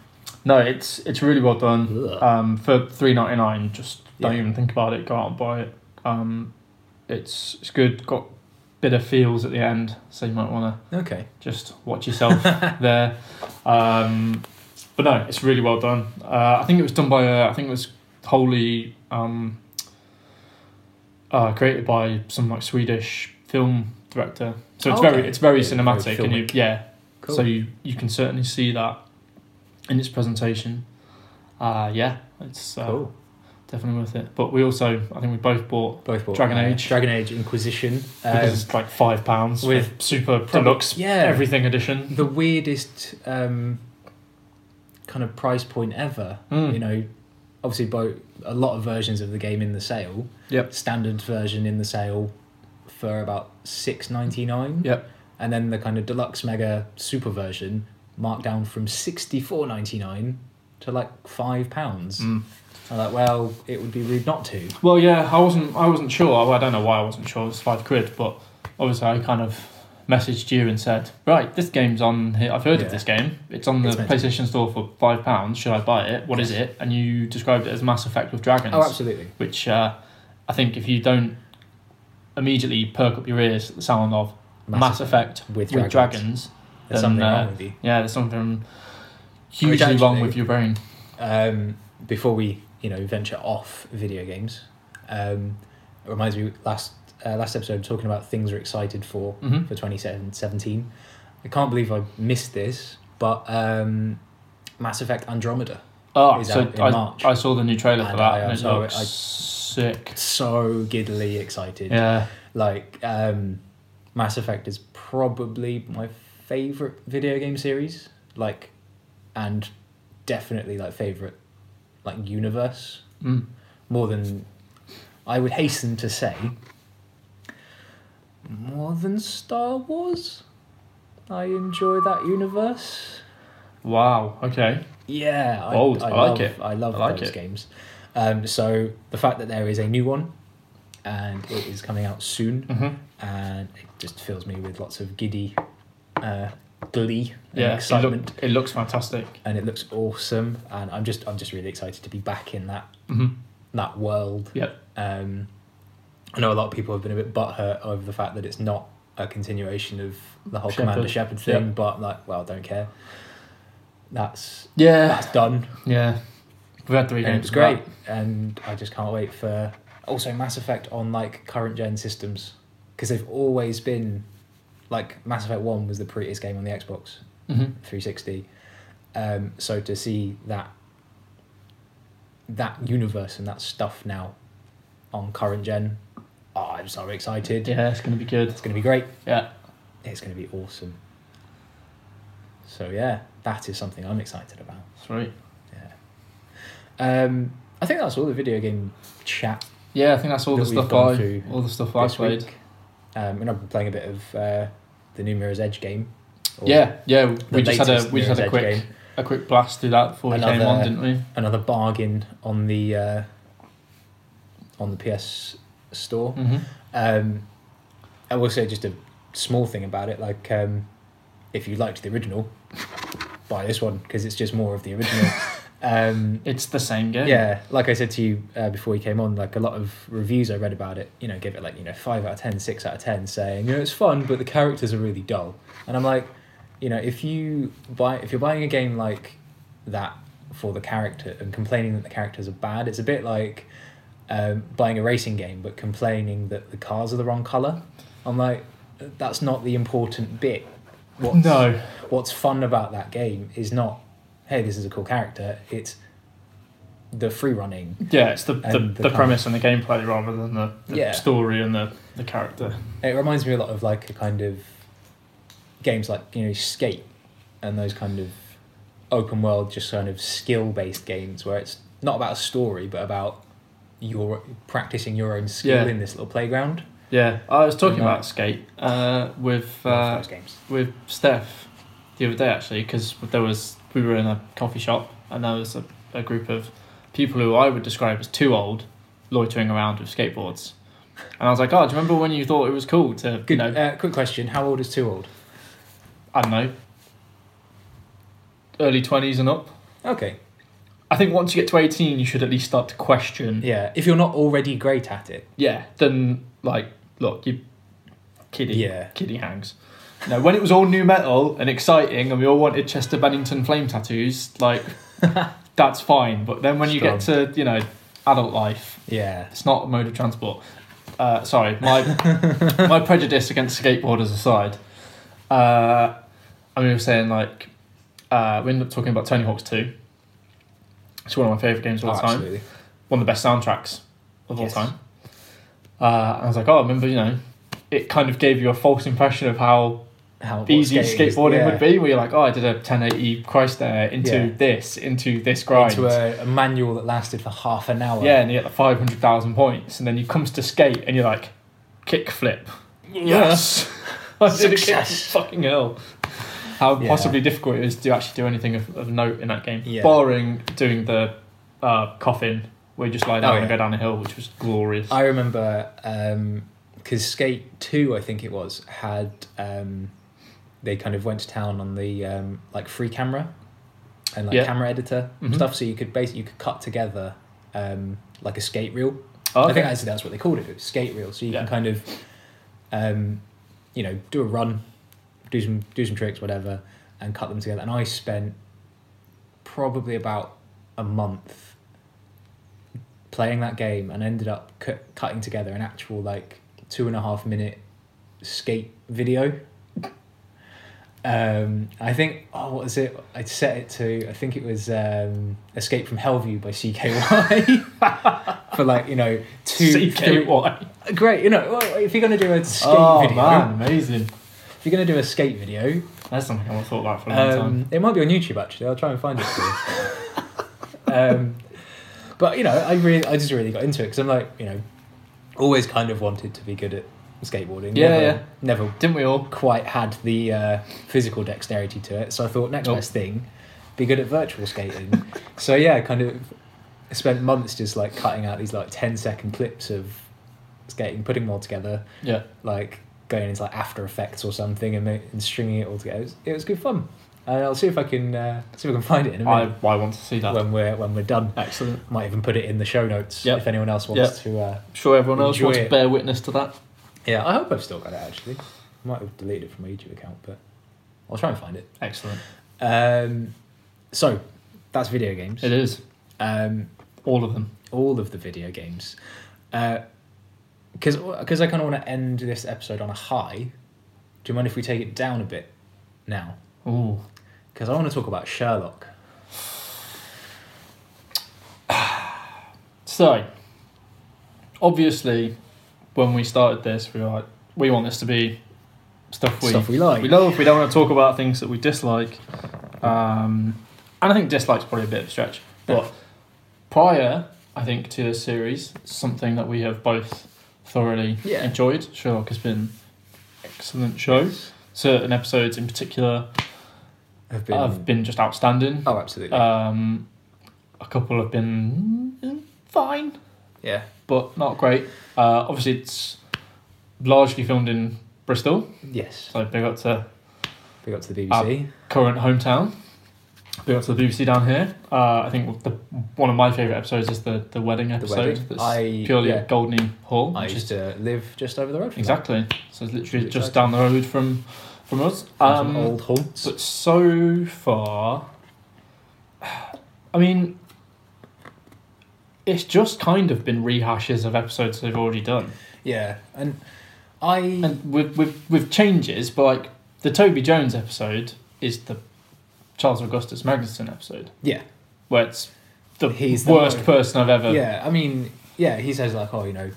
no, it's it's really well done.
Ugh.
Um, for three ninety nine, just don't
Yeah.
even think about it. Go out and buy it. Um, it's it's good. Got bit of feels at the end, so you might want to
Okay.
just watch yourself there. Um, but no, it's really well done. Uh, I think it was done by uh, I think it was wholly um, uh, created by some like Swedish film director. So it's
Oh,
very
okay.
it's very
Yeah, very
cinematic, and you,
filmic.
yeah,
Cool.
so you, you can certainly see that in its presentation. Uh, yeah, it's uh,
cool.
definitely worth it. But we also, I think we both bought
Both bought
Dragon
uh,
Age.
Dragon Age Inquisition.
because
Um,
it's like five pounds
with
with super
double-
deluxe
Um, yeah.
everything edition.
the weirdest um, kind of price point ever.
Mm.
You know, obviously, both a lot of versions of the game in the sale.
Yep.
Standard version in the sale for about six ninety nine.
Yep.
And then the kind of deluxe mega super version marked down from sixty four ninety nine to like five pounds.
Mm.
I'm like, well, it would be rude not to.
Well, yeah, I wasn't. I wasn't sure. I, I don't know why I wasn't sure. It was five quid, but obviously I kind of messaged you and said, right, this game's on here. I've heard
Yeah.
of this game. It's on the
It's meant to be.
PlayStation Store for five pounds. Should I buy it? What is it? And you described it as Mass Effect with dragons.
Oh, absolutely.
which uh, I think if you don't immediately perk up your ears at the sound of Mass, Effect,
with
with
dragons.
dragons,
There's
then,
something
uh,
wrong with you.
yeah, there's something hugely wrong
actually-
with your brain.
um, before we you know venture off video games um, it reminds me last uh, last episode talking about things we're excited for
Mhm.
for 2017. I can't believe I missed this, but um, Mass Effect Andromeda.
Oh,
is
so
out in
I,
March.
I saw the new trailer for
And
that
I,
and
uh,
it
saw
looks
it, I-
sick.
So giddily excited.
Yeah.
Like, um, Mass Effect is probably my favorite video game series. Like, and definitely like favorite like universe.
Mm.
more than I would hasten to say more than Star Wars. I enjoy that universe.
Wow. Okay.
Yeah, I,
Bold, Oh, I like
love,
it.
I love
I like
those
it.
games. Um, so the fact that there is a new one and it is coming out soon
hmm
and it just fills me with lots of giddy uh, glee and
Yeah. It, look-
excitement
it looks fantastic.
and it looks awesome and I'm just I'm just really excited to be back in that
hmm
that world
Yep.
Um, I know a lot of people have been a bit butthurt over the fact that it's not a continuation of the whole
Shepherd.
Commander Shepard thing,
Yeah.
but like, well, don't care. That's
Yeah.
that's done,
Yeah. We've had three
and
games.
it was
of
great,
that.
and I just can't wait for also Mass Effect on like current gen systems because they've always been like Mass Effect One was the prettiest game on the Xbox
Mhm.
360. Um, so to see that that universe and that stuff now on current gen, oh, I'm so excited.
Yeah, it's going to be good.
It's going to be great.
Yeah.
It's going to be awesome. So yeah, that is something I'm excited about.
Sweet.
Yeah. Um, I think that's all the video game chat
Yeah, I think that's all
That
the
we've
stuff
gone
I
through
all the stuff I
this
played.
week. Um, and I've been playing a bit of uh, the new Mirror's Edge game. or
Yeah, yeah.
the
We just had a
latest
we just had a
Mirror's Edge
quick
game.
a quick blast through that before we came
Another-
on, didn't we?
another bargain on the uh, on the PS store.
Mm-hmm.
Um, I will say just a small thing about it. Like, um, if you liked the original, buy this one because it's just more of the original. um,
It's the same game.
yeah, like I said to you uh, before you came on, like a lot of reviews I read about it, you know, give it like, you know, 5 out of ten, six out of 10, saying, you know, it's fun, but the characters are really dull. And I'm like, you know, if you buy, if you're buying a game like that for the character and complaining that the characters are bad, it's a bit like um, buying a racing game, but complaining that the cars are the wrong color. I'm like, that's not the important bit. What's,
No.
what's fun about that game is not, hey, this is a cool character. It's the free running.
Yeah, it's the the,
And
the,
the kind-
premise and the gameplay rather than the, the
Yeah.
story and the, the character.
It reminds me a lot of like a kind of games like you know Skate and those kind of open world, just kind of skill based games where it's not about a story but about your practicing your own skill
Yeah.
in this little playground.
Yeah, I was talking
Yeah.
about Skate uh, with
Love
uh,
those games.
with Steph the other day actually because there was we were in a coffee shop and there was a, a group of people who I would describe as too old loitering around with skateboards, and I was like, oh, do you remember when you thought it was cool to you
Good.
know
Uh, quick question: How old is too old?
I don't know early twenties and up.
Okay.
I think once you get to eighteen, you should at least start to question.
Mm. Yeah. If you're not already great at it.
yeah, then like, look, you kiddie,
Yeah.
kiddie hangs. Now, when it was all new metal and exciting, and we all wanted Chester Bennington flame tattoos, like that's fine. But then when you get to you know adult life,
Yeah.
it's not a mode of transport. Uh, sorry, my my prejudice against skateboarders aside, uh, I mean, we were saying like uh, we ended up talking about Tony Hawk's Two. It's one of my favorite games of all time
Oh, Absolutely.
one of the best soundtracks of
Yes.
all time. Uh, I was like, oh, I remember, you know, it kind of gave you a false impression of how
How what
easy
skating is-
skateboarding
yeah.
would be, where you're like, oh, I did a 1080 Christ there into
Yeah.
this, into this grind.
Into a, a manual that lasted for half an hour.
yeah, and you get the 500,000 points, and then you comes to skate and you're like, kick flip. Yes! I did a kick
Success.
fucking hell. How
Yeah.
possibly difficult it is to actually do anything of, of note in that game.
Yeah.
Barring doing the uh, coffin, where you just lie down
Oh,
and
yeah.
go down a hill, which was glorious.
I remember because Skate Two, I think it was, had um, they kind of went to town on the um, like free camera and like
Yeah.
camera editor
Mhm.
stuff, so you could basically you could cut together um, like a skate reel.
Oh,
I think actually that's what they called it, it was skate reel. So you
Yeah.
can kind of um, you know do a run, do some do some tricks, whatever, and cut them together. And I spent probably about a month playing that game and ended up cu- cutting together an actual like two and a half minute skate video. Um, I think oh what is it? I set it to I think it was um, Escape from Hellview by CKY for like you know two three-
CKY.
great you know well, if you're gonna do a skate video
Oh, amazing.
if you're gonna do a skate video
That's something I haven't thought about for a long
um,
time.
it might be on YouTube actually. I'll try and find it. For you. um, but you know, I really, I just really got into it because I'm like, you know, always kind of wanted to be good at skateboarding.
Yeah,
never,
yeah.
Never
Didn't we all?
quite had the uh, physical dexterity to it, so I thought next
Nope.
best thing, be good at virtual skating. so yeah, kind of spent months just like cutting out these like 10 second clips of skating, putting them all together,
Yeah.
like going into like After Effects or something and, ma- and stringing it all together. It was, it was good fun, and I'll see if I can uh, see if I can find it in a
I,
minute
I want to see that.
when we're when we're done.
Excellent.
Might even put it in the show notes
Yep.
if anyone else wants to. Uh,
I'm sure everyone else
Enjoy
wants to
it.
bear witness to that.
yeah, I hope I've still got it actually. I might have deleted it from my YouTube account, but I'll try and find it.
Excellent.
Um, so that's video games.
It is.
Um,
All of them.
all of the video games. Uh, Because because I kind of want to end this episode on a high. Do you mind if we take it down a bit now?
Ooh.
Because I want to talk about Sherlock.
So, obviously, when we started this, we were like, we want this to be stuff we,
stuff we like.
we love. We don't want to talk about things that we dislike. Um, and I think dislike's probably a bit of a stretch. But prior, I think, to this series, something that we have both thoroughly
Yeah.
enjoyed. Sherlock has been excellent show. Certain episodes in particular
have been,
have been just outstanding.
oh, absolutely.
Um, a couple have been mm, fine
yeah,
but not great. Uh, obviously, it's largely filmed in Bristol,
yes.
so big up to
Big up to
uh,
the BBC.
current hometown. Big up to the BBC down here. Uh, I think the, one of my favourite episodes is the, the wedding episode
wedding.
that's
I-
purely
yeah.
at Goldney Hall.
I
which
used
is,
to live just over the road from
exactly. So it's literally
Really
just
exciting.
down the road from from us.
that. From some
Um,
old haunts.
But so far, I mean, it's just kind of been rehashes of episodes they've already done.
yeah, and I
and with with with changes, but like the Toby Jones episode is the Charles Augustus Magnuson episode
yeah
where it's the
He's the
worst
most-
person I've ever.
yeah. I mean yeah, he says like oh you know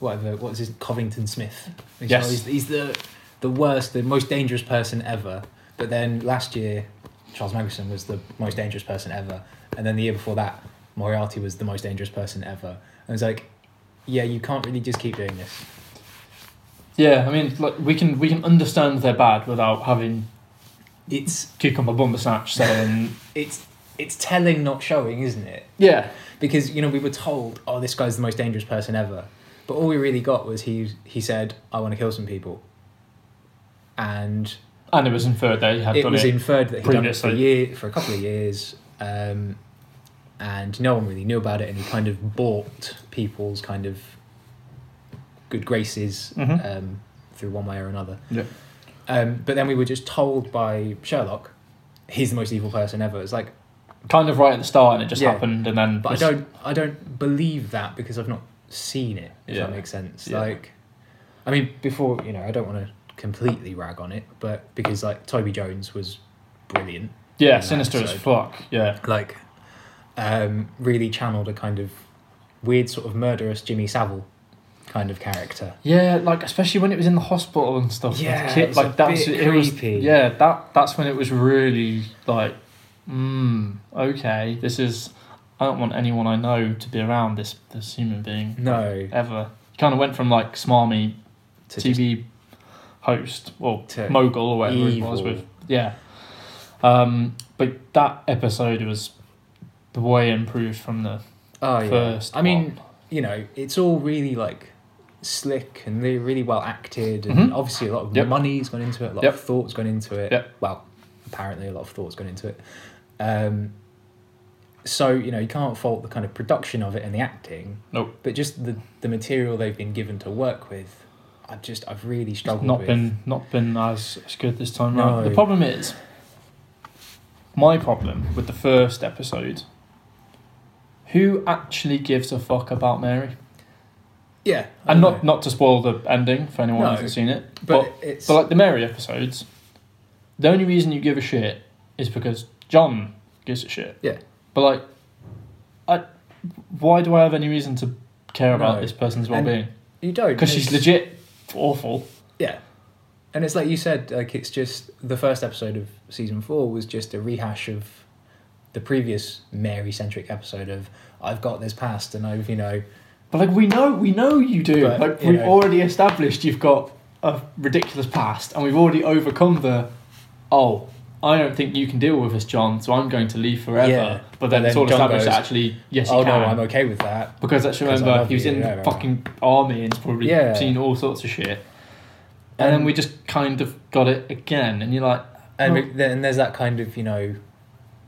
whatever what's his Covington Smith. He's,
Yes.
oh, he's, he's the the worst, the most dangerous person ever. But then last year, Charles Magnuson was the most dangerous person ever, and then the year before that, Moriarty was the most dangerous person ever. And it's like, yeah, you can't really just keep doing this.
Yeah, I mean, like we can we can understand they're bad without having
It's
cucumber bumper snatch saying
it's it's telling not showing isn't it
yeah
because you know we were told oh this guy's the most dangerous person ever but all we really got was he he said i want to kill some people and
and it was inferred they had
it
done
was
it.
inferred that he'd done it for a
previously.
year for a couple of years um, and no one really knew about it and he kind of bought people's kind of good graces
Mhm.
um, through one way or another
Yeah.
um, but then we were just told by sherlock he's the most evil person ever it's like
kind of right at the start and it just
Yeah.
happened and then
But I
was-
don't I don't believe that because I've not seen it, if
Yeah.
that makes sense.
Yeah.
Like I mean before, you know, I don't want to completely rag on it, but because like Toby Jones was brilliant.
yeah
in that
sinister as
episode.
fuck yeah
Like um really channeled a kind of weird sort of murderous Jimmy Savile kind of character.
Yeah, like especially when it was in the hospital and stuff. with
Yeah,
the
it was a
like that's
bit
it was.
creepy.
Yeah, that that's when it was really like, mm, okay, this is. I don't want anyone I know to be around this this human being
No.
ever. Kind of went from like smarmy
To just-
TV host or
To
mogul or whatever it was
evil.
with. Yeah, um, but that episode was the way improved from the
oh, yeah.
first.
I mean,
one.
you know, it's all really like slick and they're really well acted, and
Mhm.
obviously a lot of
Yep.
money's gone into it, a lot
Yep.
of thought's gone into it.
Yep.
Well, apparently a lot of thought's gone into it. Um, so you know you can't fault the kind of production of it and the acting.
Nope.
But just the the material they've been given to work with, I've just I've really struggled.
not
with.
been not been as, as good this time
No.
round. The problem is my problem with the first episode. Who actually gives a fuck about Mary?
Yeah, I
and
don't
not
know.
not to spoil the ending for anyone who
No,
hasn't seen it, but
but, it's
But like the Mary episodes, the only reason you give a shit is because John gives a shit.
Yeah.
But like, I, why do I have any reason to care about
No.
this person's well
And-
being?
you don't
Because she's
it's-
legit awful.
Yeah, and it's like you said, like it's just the first episode of season four was just a rehash of the previous Mary centric episode of I've got this past and I've you know
But like we know, we know you do.
But,
like
you
we've
know.
already established you've got a ridiculous past, and we've already overcome the. Oh, I don't think you can deal with us, John. So I'm going to leave forever.
Yeah.
But then,
But
it's
then
all
John
established
goes,
that actually, yes, you
oh
can.
no I'm okay with that.
Because let's
'Cause I
remember
love
he was
you,
in
yeah,
the
right.
fucking army and's probably
Yeah.
seen all sorts of shit. And then
Um,
we just kind of got it again, and you're like,
And
Well-
we- then there's that kind of, you know,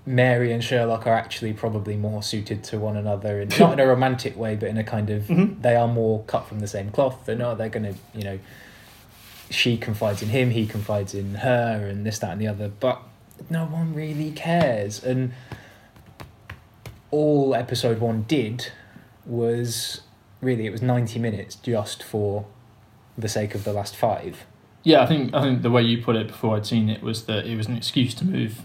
Mary and Sherlock are actually probably more suited to one another, in, not in a romantic way, but in a kind of
Mhm.
they are more cut from the same cloth. They're not. They're gonna, you know, she confides in him, he confides in her, and this, that, and the other. But no one really cares, and all episode one did was really it was ninety minutes just for the sake of the last five.
yeah, I think I think the way you put it before I'd seen it was that it was an excuse to move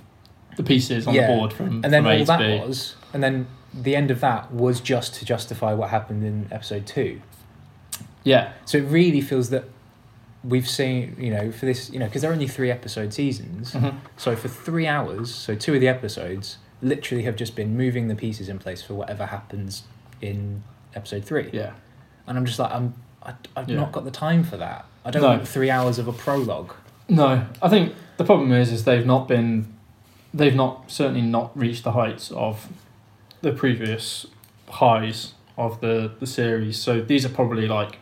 the pieces on
Yeah.
the board from,
and then
from
all
A to
that
B.
was, and then the end of that was just to justify what happened in episode two.
Yeah,
So it really feels that we've seen, you know, for this, you know, because they're only three episode seasons.
Mhm.
So for three hours, so two of the episodes literally have just been moving the pieces in place for whatever happens in episode three.
yeah,
And I'm just like, I'm, I, I've
Yeah.
not got the time for that. I don't
No.
want three hours of a prologue.
no, I think the problem is is they've not been, they've not certainly not reached the heights of the previous highs of the the series. So these are probably like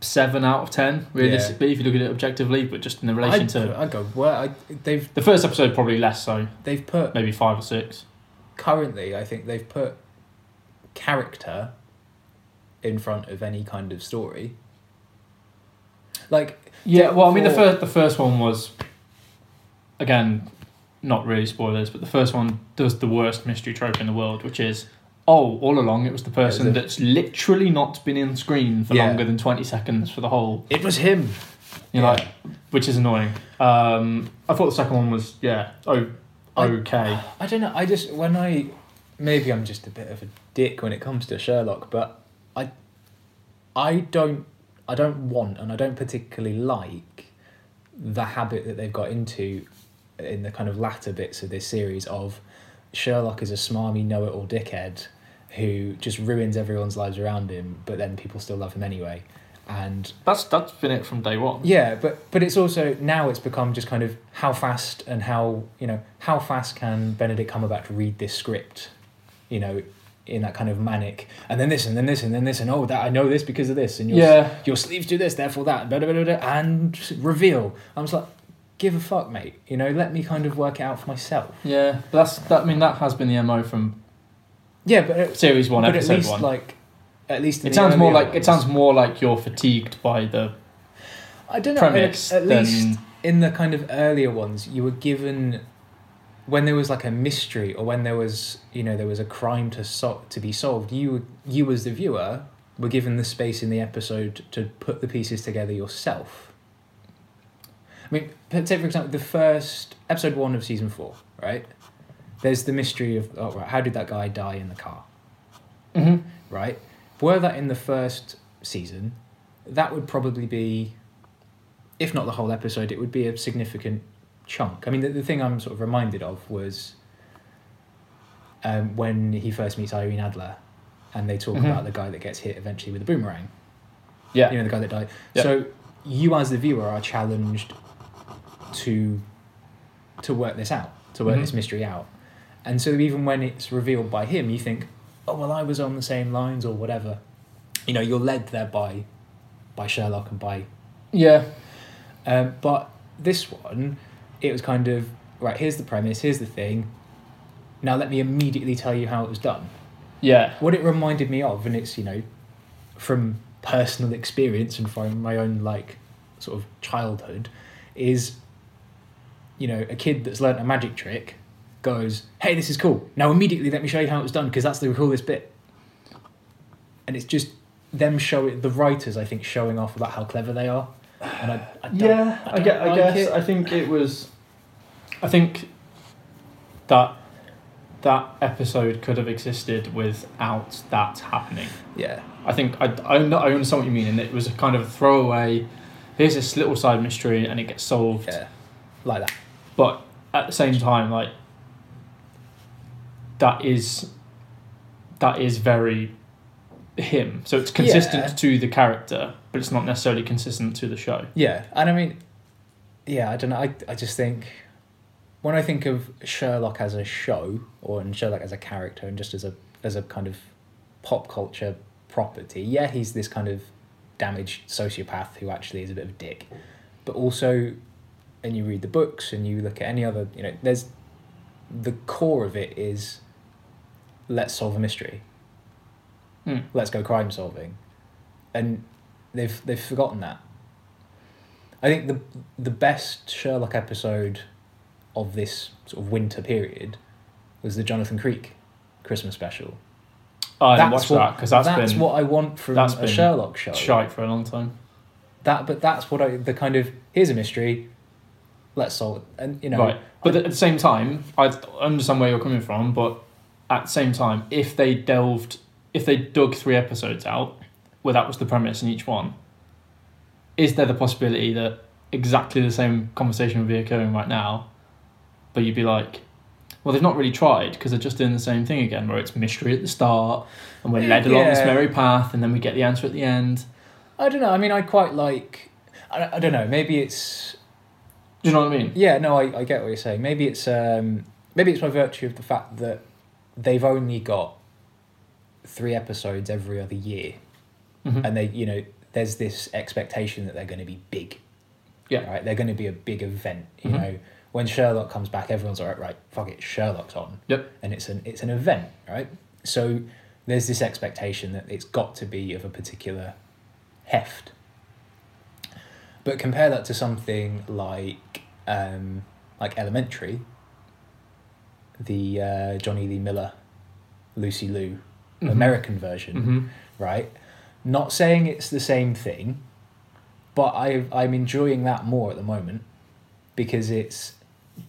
seven out of ten realistically if you look at it objectively, but just in the relation
I,
to
I go, well, I, they've
the first episode, probably less so,
they've put
maybe five or six.
currently I think they've put character in front of any kind of story. Like
Yeah, well, I mean the
Four.
first the first one was again not really spoilers, but the first one does the worst mystery trope in the world, which is. Oh, all along it was the person
a-
that's literally not been in screen for
Yeah.
longer than twenty seconds for the whole
it was him.
You know,
Yeah.
like, which is annoying. Um, I thought the second one was yeah, oh,
I-
okay.
I don't know. I just when I maybe I'm just a bit of a dick when it comes to Sherlock, but I I don't I don't want and I don't particularly like the habit that they've got into in the kind of latter bits of this series of Sherlock is a smarmy know-it-all dickhead who just ruins everyone's lives around him, but then people still love him anyway. And
That's that's been it from day one.
yeah, but but it's also now it's become just kind of how fast and how you know how fast can Benedict Cumberbatch read this script, you know, in that kind of manic and then this and then this and then this and oh that I know this because of this and your
Yeah.
your sleeves do this therefore that blah, blah, blah, blah, and reveal. I was like, give a fuck, mate. You know, let me kind of work it out for myself.
Yeah, but that's that. I mean, that has been the mo from
Yeah, but it,
series one,
but at
episode
least
one.
like at least in
it
the
sounds more
earlier
like it
ones.
sounds more like you're fatigued by the
I don't know. at-
premise
at
than
least in the kind of earlier ones, you were given when there was like a mystery or when there was you know there was a crime to sol- to be solved. You you as the viewer were given the space in the episode to put the pieces together yourself. I mean, let's say for example, the first episode one of season four, right? There's the mystery of oh right, how did that guy die in the car?
Mhm.
right? Were that in the first season, that would probably be, if not the whole episode, it would be a significant chunk. I mean, the, the thing I'm sort of reminded of was um, when he first meets Irene Adler and they talk
Mhm.
about the guy that gets hit eventually with a boomerang.
yeah.
You know, the guy that died.
Yeah.
So you as the viewer are challenged to to work this out, to work
Mhm.
this mystery out. And so even when it's revealed by him, you think, oh well I was on the same lines or whatever. You know, you're led there by by Sherlock and by
Yeah,
um, but this one, it was kind of right, here's the premise, here's the thing. Now let me immediately tell you how it was done
yeah,
what it reminded me of, and it's you know, from personal experience and from my own like sort of childhood, is you know a kid that's learnt a magic trick goes, "Hey, this is cool." Now immediately let me show you how it was done because that's the coolest bit. And it's just them show the writers I think showing off about how clever they are, and I, I don't-
yeah, I,
don't
get. I
like
guess
it.
I think it was. I think that that episode could have existed without that happening.
yeah,
I think I I, un- I understand what you mean, and it was a kind of throwaway. Here's this little side mystery, and it gets solved.
yeah, like that.
But at the same time, like that is that is very him. So it's consistent
Yeah.
to the character, but it's not necessarily consistent to the show.
Yeah, and I mean, yeah, I don't know. I, I just think when I think of Sherlock as a show or and Sherlock as a character and just as a as a kind of pop culture property, yeah, he's this kind of damaged sociopath who actually is a bit of a dick, but also, and you read the books and you look at any other, you know, there's the core of it is let's solve a mystery
Hmm.
let's go crime solving, and they've they've forgotten that. I think the the best Sherlock episode of this sort of winter period was the Jonathan Creek Christmas special.
I didn't
That's
watch
what-
that because that's
that's
been
what I want from
that's
a
been
Sherlock show.
shite for a long time.
That, but that's what I the kind of here's a mystery, let's solve it, and you know,
right, but at the same time, I understand where you're coming from. But at the same time, if they delved, if they dug three episodes out, where that was the premise in each one, is there the possibility that exactly the same conversation would be occurring right now? But you'd be like, well, they've not really tried because they're just doing the same thing again, where it's mystery at the start, and we're led along this
Yeah.
merry path, and then we get the answer at the end.
I don't know. I mean, I quite like. I, I don't know. Maybe it's
Do you know what I mean?
Yeah, no, I, I get what you're saying. Maybe it's um, maybe it's by virtue of the fact that they've only got three episodes every other year,
Mhm.
and they, you know, there's this expectation that they're going to be big.
Yeah.
Right. They're going to be a big event. You
Mhm.
know, when Sherlock comes back, everyone's like, right, fuck it, Sherlock's on
Yep.
and it's an it's an event, right? So there's this expectation that it's got to be of a particular heft. But compare that to something like um, like Elementary, the uh, Johnny Lee Miller, Lucy Liu,
Mhm.
American version,
Mm-hmm.
right? Not saying it's the same thing, but I I'm enjoying that more at the moment because it's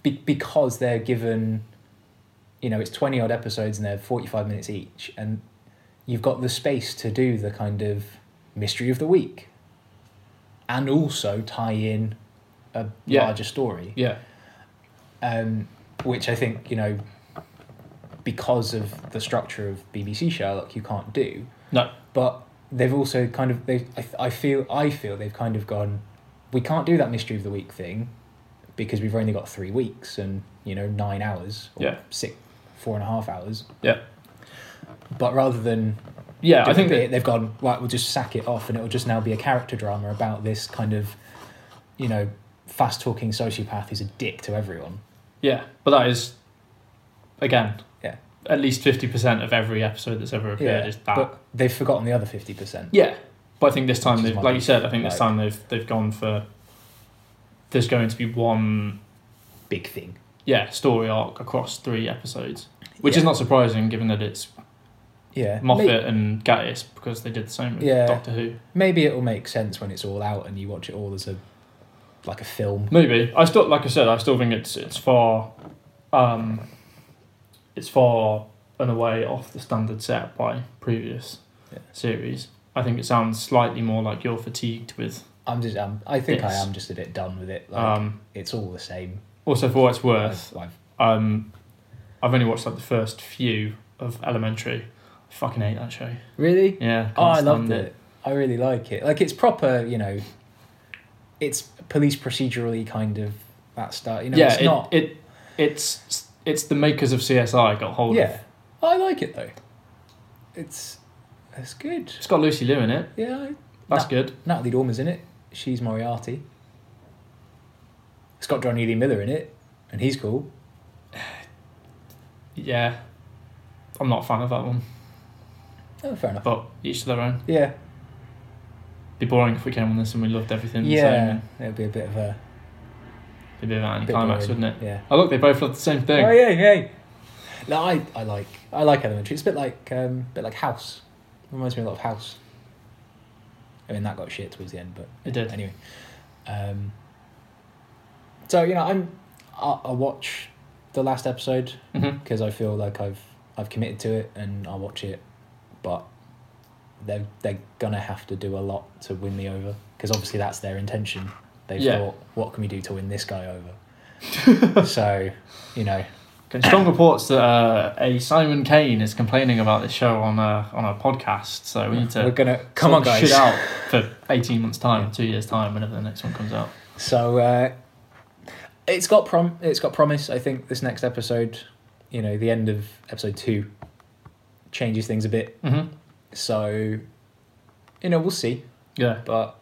be, because they're given you know, it's 20 odd episodes and they're 45 minutes each and you've got the space to do the kind of mystery of the week and also tie in a
Yeah.
larger story
Yeah.
um, which I think you know, because of the structure of BBC Sherlock, you can't do.
No.
But they've also kind of they. I, I feel I feel they've kind of gone. We can't do that mystery of the week thing, because we've only got three weeks and you know nine hours or
Yeah.
six, four and a half hours.
Yeah.
But rather than
Yeah. I think
doing
that
it, they've gone right. We'll just sack it off, and it'll just now be a character drama about this kind of, you know, fast talking sociopath who's a dick to everyone.
Yeah, but that is again.
Yeah.
At least fifty percent of every episode that's ever appeared is that.
But they've forgotten the other fifty percent.
Ah. yeah, but I think this time
Which is
they've,
my
like you said, I think this
like-
time they've they've gone for. There's going to be one
Big thing.
yeah story arc across three episodes, which is
Yeah.
not surprising given that it's
Yeah.
Moffat
May-
and Gattis because they did the same with
Yeah.
Doctor Who.
Maybe it'll make sense when it's all out and you watch it all as a like a film.
Maybe I still like I said I still think it's it's far, um, it's far and away off the standard set by previous
Yeah.
series. I think it sounds slightly more like you're fatigued with.
I'm just um, I think I
Yes.
am just a bit done with it. Like
Um,
it's all the same.
also, for what it's
I've,
worth,
I've-
um, I've only watched like the first few of Elementary. I fucking hate that show.
really?
Yeah.
Oh, I
can't
loved
stand
it. I really like it. Like it's proper, you know. It's police procedurally kind of that stuff. You know,
yeah,
it's
it,
not.
it it's it's the makers of CSI got hold of.
yeah, I like it though. It's it's good.
It's got Lucy Liu in it.
Yeah, I-
That's
No.
good.
Natalie Dormer's in it. She's Moriarty. It's got Johnny Lee Miller in it, and he's cool.
Yeah. I'm not a fan of that one.
Oh, fair enough.
But each to their own.
Yeah,
Be boring if we came on this and we loved everything.
yeah.
The same.
It'd be a bit of a
It'd be an
bit
anticlimax,
boring.
wouldn't it?
Yeah.
Oh look, they both loved the same thing.
Oh yeah, yeah. No, I, I like I like Elementary. It's a bit like um, bit like House. Reminds me a lot of House. I mean, that got shit towards the end, but
It did.
anyway. Um, so you know, I'm I'll, I'll watch the last episode
Mhm.
because I feel like I've I've committed to it and I'll watch it, but they're they're gonna have to do a lot to win me over because obviously that's their intention. They
Yeah.
thought, what can we do to win this guy over? so, you know,
Okay, strong reports that uh, a Simon Kane is complaining about this show on a on a podcast. So we need
we're
to
gonna come on,
sort
guys.
shit out for eighteen months time, two years time, whenever the next one comes out.
So uh, it's got prom. It's got promise. I think this next episode, you know, the end of episode two, changes things a bit.
Mm-hmm.
So, you know, we'll see.
Yeah,
But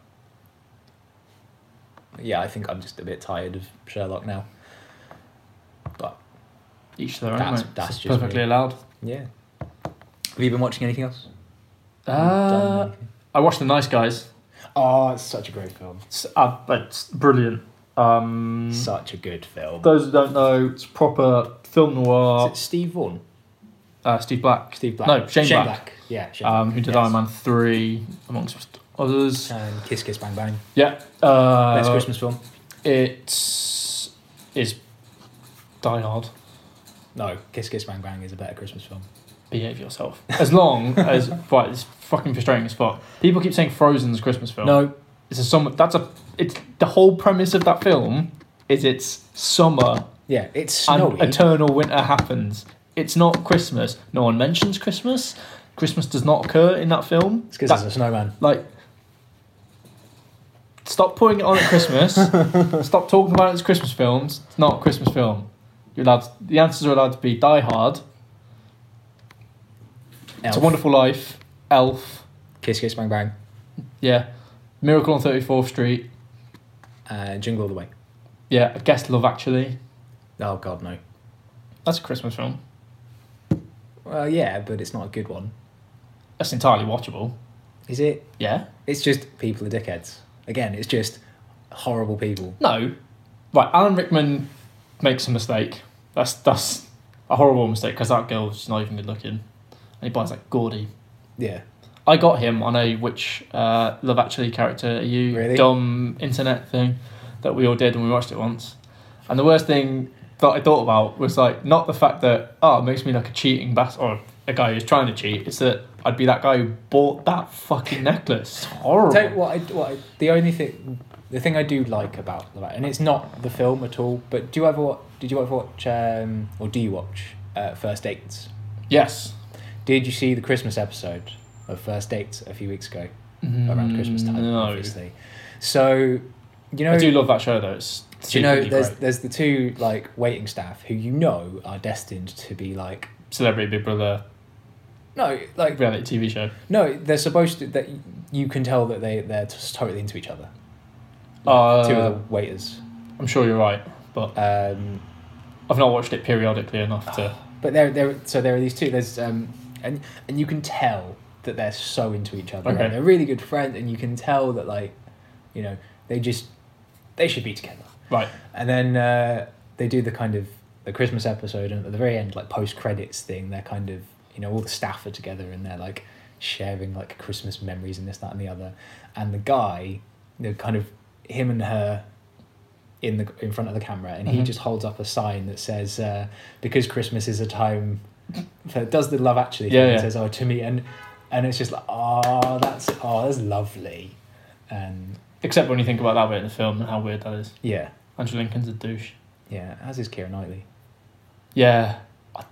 yeah, I think I'm just a bit tired of Sherlock now. But
each their own.
That's-
mate.
that's
It's
just
perfectly
me.
allowed.
yeah, have you been watching anything else?
Uh,
Done
I watched The Nice Guys.
anything? Oh, it's such a great film.
It's, uh, it's brilliant. Um,
Such a good film.
those who don't know, it's proper film
Is
noir.
it Steve Vaughan?
Uh, Steve Black,
Steve Black.
No, Shane Black.
Yeah, Shane
um, who did
yes.
Iron Man three, amongst others.
And Kiss Kiss Bang Bang.
Yeah. Uh,
Best Christmas film.
It's is Die Hard.
No, Kiss Kiss Bang Bang is a better Christmas film.
Behave yourself. As long as right, it's fucking frustrating as fuck. People keep saying Frozen's a Christmas film.
No,
it's a summer. That's a. It's the whole premise of that film is it's summer
yeah, it's snowy.
and eternal winter happens. It's not Christmas. No one mentions Christmas. Christmas does not occur in that film.
it's because
That-
there's a snowman.
like stop putting it on at Christmas. stop talking about it as Christmas films. It's not a Christmas film. You're allowed the answers are allowed to be Die Hard, It's a
Elf.
Wonderful Life, Elf,
Kiss Kiss Bang Bang,
yeah, Miracle on 34th Street,
uh, Jingle All the Way.
yeah, I guess Love Actually.
Oh God, no.
That's a Christmas film.
Well, yeah, but it's not a good one,
That's entirely watchable.
is it?
Yeah.
It's just people are dickheads. Again, it's just horrible people.
No. Right, Alan Rickman makes a mistake. That's that's a horrible mistake because that girl's not even good looking, and he buys like Gordy.
Yeah.
I got him on a which uh, Love Actually character are you
Really?
dumb internet thing that we all did when we watched it once. And the worst thing that I thought about was like not the fact that oh it makes me like a cheating bass or a guy who's trying to cheat. It's that I'd be that guy who bought that fucking necklace. It's horrible.
Tell you what, I, what I, the only thing, the thing I do like about Love, Ac- and it's not the film at all. But do you ever wa- did you ever watch um, or do you watch uh, First Dates?
Yes.
Did you see the Christmas episode of First Dates a few weeks ago? around Christmas time,
Mm. No.
obviously. So, you know,
I do love that show though. It's
you know,
secretly
there's
great.
there's the two like waiting staff who you know are destined to be like
Celebrity Big Brother
no, like
reality TV show.
no, they're supposed to that you can tell that they they're just totally into each other.
Uh,
two of the waiters,
I'm sure you're right, but
um,
I've not watched it periodically enough to.
but there there so there are these two. There's um and and you can tell that they're so into each other.
Okay.
And they're really good friends, and you can tell that like, you know, they just they should be together.
Right.
And then uh, they do the kind of the Christmas episode, and at the very end, like post credits thing, they're kind of you know all the staff are together and they're like sharing like Christmas memories and this, that, and the other. And the guy, you know, kind of him and her in the in front of the camera, and he
Mhm.
just holds up a sign that says uh, because Christmas is a time. that does the love actually? thing
Yeah,
and
yeah.
Says oh to me, and and it's just like oh that's oh that's lovely, and
Except when you think about that bit in the film and how weird that is.
yeah
Andrew Lincoln's a douche.
yeah as is Kira Knightley.
Yeah. I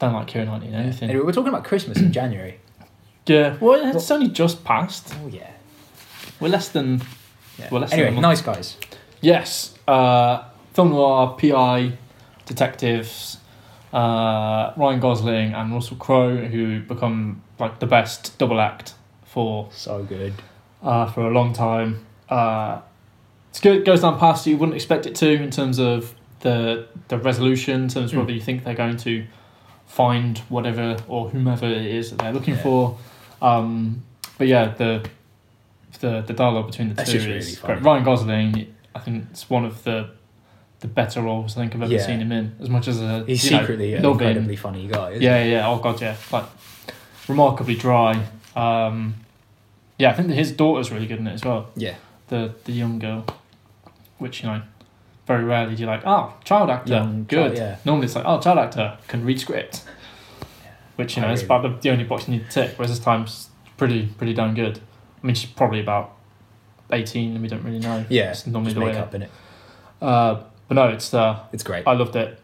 don't like Kieran Knightley in anything.
Anyway, we're talking about Christmas in January.
yeah. Well, it's only just passed.
Oh yeah.
We're less than.
yeah.
Well, let's
anyway,
not-
nice guys.
Yes. Uh, film noir, PI, detectives, uh, Ryan Gosling and Russell Crowe, who become like the best double act for
So good.
uh, for a long time. Uh, it's good. It goes down past you. wouldn't expect it to in terms of the the resolution, in terms of
Mm.
whether you think they're going to find whatever or whomever it is that they're looking
Yeah.
for. Um, but yeah, the the the dialogue between the
That's
two
just really
is
funny.
great. Ryan Gosling. I think it's one of the the better roles I think I've ever
Yeah.
seen him in. As much as a
He's
you know,
secretly an
love him.
incredibly funny guy. Isn't
Yeah, yeah. Oh god, yeah. Like remarkably dry. Um, Yeah, I think that his daughter's really good in it as well.
Yeah.
The the young girl, which you know, very rarely do you like. Oh, child actor,
Young child-
good.
yeah.
Normally it's like, oh, child actor can read script, which you know
I
is
really-
about the, the only box you need to tick. Whereas this time's pretty pretty damn good. I mean, she's probably about eighteen, and we don't really know.
Yeah.
it's normally
Just
the way.
make up in it.
Uh, but no, it's uh,
It's great.
I loved it.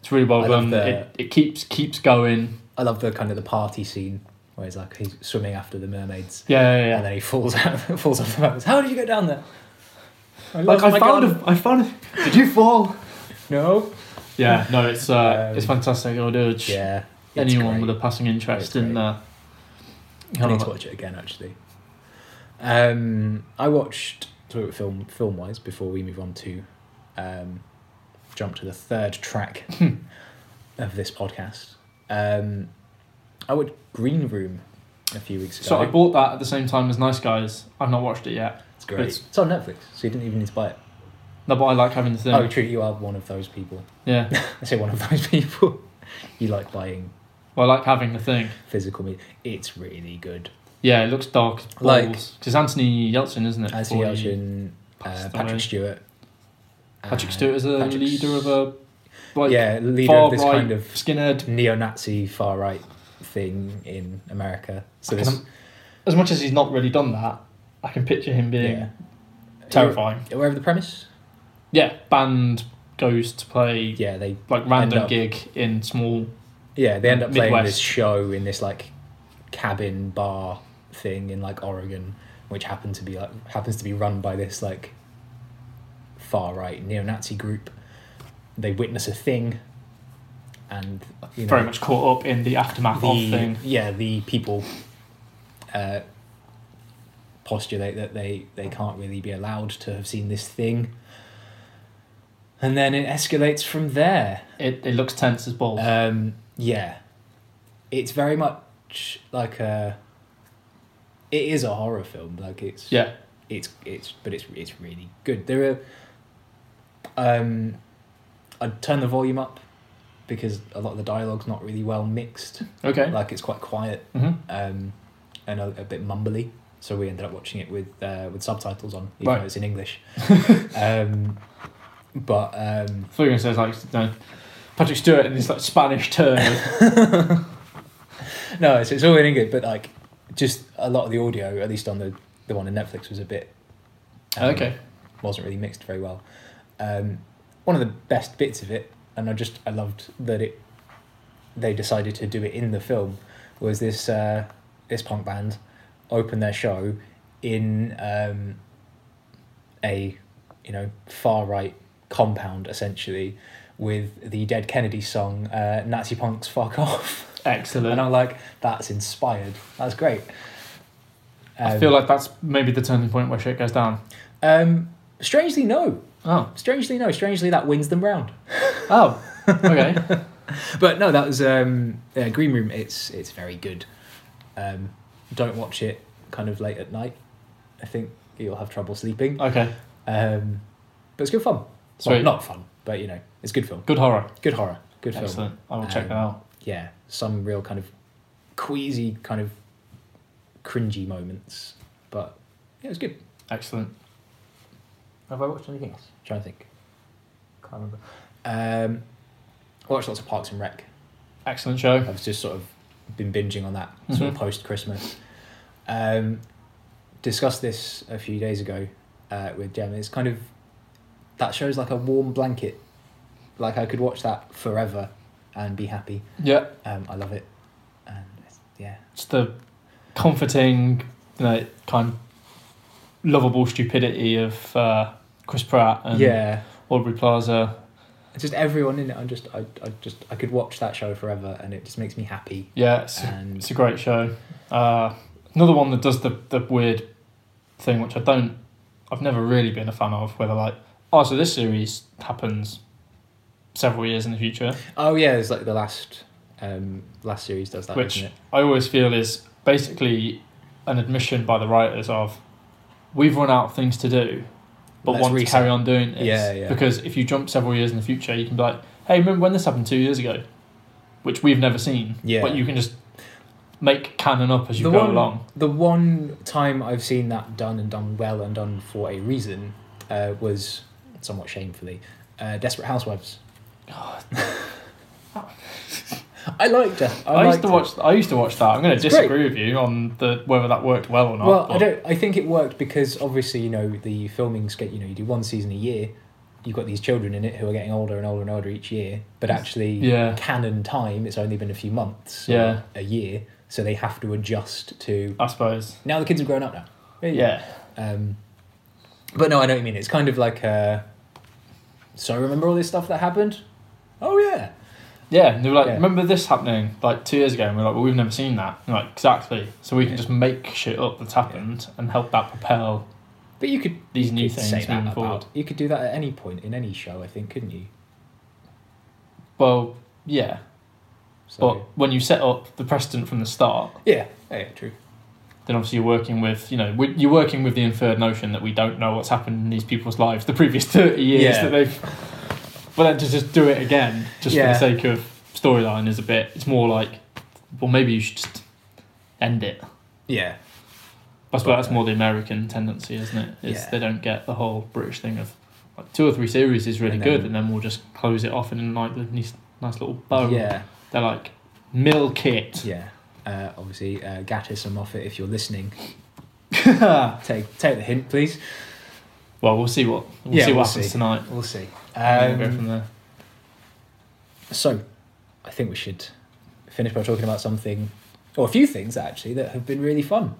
It's really well
I love
done.
the-
It, it keeps keeps going.
I love the kind of the party scene where he's like he's swimming after the mermaids
Yeah, yeah, yeah.
and then he falls out falls off the mountains. How did you get down there? Oh
Like I found
him.
him. I found him. Did you fall?
No.
Yeah, no, it's uh,
Um,
it's fantastic. I would urge
Yeah. it's
anyone
great.
with a passing interest
It's
in
great.
uh,
I need to watch it again actually. Um, I watched sort of film film wise before we move on to um, jump to the third track
Hmm.
of this podcast. Um, I watched Green Room a few weeks ago.
So I bought that at the same time as Nice Guys. I've not watched it yet.
it's great.
it's-
It's, on Netflix, so you didn't even need to buy it.
No, but I like having the thing.
Oh, true. You are one of those people.
Yeah,
I say one of those people. you like buying
well, I like having the thing.
physical media. It's really good.
Yeah, it looks dark as
Like-
balls. Because Anthony Yelchin, isn't it?
As he
Before
has in uh,
passed away.
Patrick Stewart. uh,
Patrick
and
Stewart is a
Patrick's-
leader of a like
yeah, leader
far
of this
right
kind of
skinhead.
neo-Nazi far right thing in America. So
I can
this
As much as he's not really done that, I can picture him being
yeah.
terrifying.
You aware of the premise?
Yeah, band goes to play
Yeah, they
like
End
random
up-
gig in small.
yeah they end up playing
Midwest.
this show in this like cabin bar thing in like Oregon, which happened to be like happens to be run by this like far right neo-Nazi group. They witness a thing, and you know,
very much caught up in the aftermath
the
of thing.
yeah the people uh, postulate that they they can't really be allowed to have seen this thing, and then it escalates from there.
It, it looks tense as balls.
Um, yeah, it's very much like a. It is a horror film. Like it's
yeah,
it's it's but it's it's really good. There are um I'd turn the volume up because a lot of the dialogue's not really well mixed.
okay.
Like it's quite quiet
hmm
um and a, a bit mumbly. So we ended up watching it with uh, with subtitles on, even
Right.
though it's in English. um but um
thought you were going to say, like, no, Patrick Stewart in this, like, Spanish turn. of-
no, it's it's all in English, but like just a lot of the audio, at least on the the one in Netflix was a bit um,
okay.
wasn't really mixed very well. Um, one of the best bits of it, and I just I loved that it. They decided to do it in the film. Was this uh, this punk band opened their show in um, a you know far right compound essentially with the Dead Kennedy song uh, Nazi punks fuck off,
Excellent.
and I'm like that's inspired. That's great.
I
Um,
feel like that's maybe the turning point where shit goes down.
um, strangely no.
Oh.
Strangely, no. Strangely, that wins them round.
Oh. Okay.
But no, that was um, yeah, Green Room. It's it's very good. Um, don't watch it kind of late at night. I think you'll have trouble sleeping.
okay.
Um, but it's good fun.
Sweet.
Well, not fun, but you know, it's good film.
Good horror.
Good horror. Good film.
Excellent. I will check
Um,
that out.
Yeah, some real kind of queasy, kind of cringy moments, but yeah, it was good.
Excellent.
Have I watched anything else? trying to think. Can't remember. Um, I watched lots of Parks and Rec.
Excellent show.
I've just sort of been binging on that sort of
Mhm.
post Christmas. Um, discussed this a few days ago uh, with Gemma. It's kind of that show's like a warm blanket. Like I could watch that forever and be happy.
Yeah.
Um, I love it, and it's, yeah,
It's the comforting, you know, kind of lovable stupidity of uh, Chris Pratt and
yeah.
Aubrey Plaza.
It's Just everyone in it. I'm just I, I just I could watch that show forever, and it just makes me happy.
Yeah, it's,
And
it's a great show. Uh, another one that does the, the weird thing, which I don't, I've never really been a fan of, where they're like, oh, so this series happens several years in the future,
oh yeah, it's like the last um last series does that,
which
not it?
I always feel is basically an admission by the writers of, we've run out of things to do, but
Let's
want to
reset."
carry on doing this.
Yeah, yeah.
Because if you jump several years in the future, you can be like, hey, remember when this happened two years ago? Which we've never seen,
Yeah.
but you can just make canon up as you
the
go
one,
along.
The one time I've seen that done and done well and done for a reason uh, was somewhat shamefully uh, Desperate Housewives. I liked it. I,
I, used
liked
to
it.
watch. I used to watch that. I'm going to
great.
disagree with you on the whether that worked well or not.
Well, I
but-
don't. I think it worked because obviously you know the filming schedule. You know you do one season a year. You've got these children in it who are getting older and older and older each year. But actually,
Yeah.
canon time it's only been a few months. or
Yeah.
a year. So they have to adjust to
I suppose.
now. The kids have grown up now.
Yeah.
Um, but no, I know what you mean. It's kind of like a. So remember all this stuff that happened. Oh yeah.
Yeah, and they were like,
Yeah.
remember this happening like two years ago? And we are like, well, we've never seen that. And like, exactly. So we can
Yeah.
just make shit up that's happened and help that propel
But you could
these
you
new
could
things
say that
moving
about-
forward.
You could do that at any point in any show, I think, couldn't you?
Well, yeah.
So,
But when you set up the precedent from the start,
yeah, yeah, yeah, true.
then obviously you're working with, you know, with- you're working with the inferred notion that we don't know what's happened in these people's lives the previous 30 years
Yeah.
that they've. But then to just do it again, just
Yeah.
for the sake of storyline, is a bit. It's more like, well, maybe you should just end it.
Yeah,
I suppose that's more the American tendency, isn't it? Is
Yeah.
they don't get the whole British thing of like two or three series is really
And
good,
then-
and then we'll just close it off in a nice, nice, nice little bow.
yeah,
They're like milk it.
yeah. Uh, obviously, uh, Gattis and Moffat, if you're listening, take take the hint, please.
Well, we'll see what we'll
Yeah,
see what
we'll
happens
see.
tonight.
We'll see.
and we'll go from
Um,
there.
so, I think we should finish by talking about something, or a few things actually, that have been really fun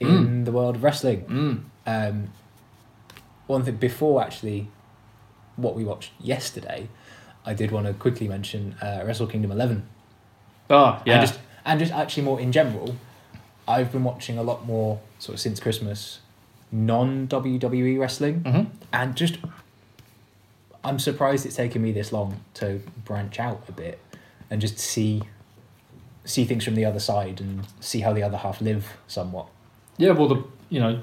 in the world of wrestling.
Mm.
um, one thing before actually what we watched yesterday, I did want to quickly mention uh, Wrestle Kingdom 11.
Oh, yeah.
And just, and just actually more in general, I've been watching a lot more sort of since Christmas non WWE wrestling
hmm
and just I'm surprised it's taken me this long to branch out a bit and just see see things from the other side and see how the other half live somewhat.
Yeah. Well, the you know,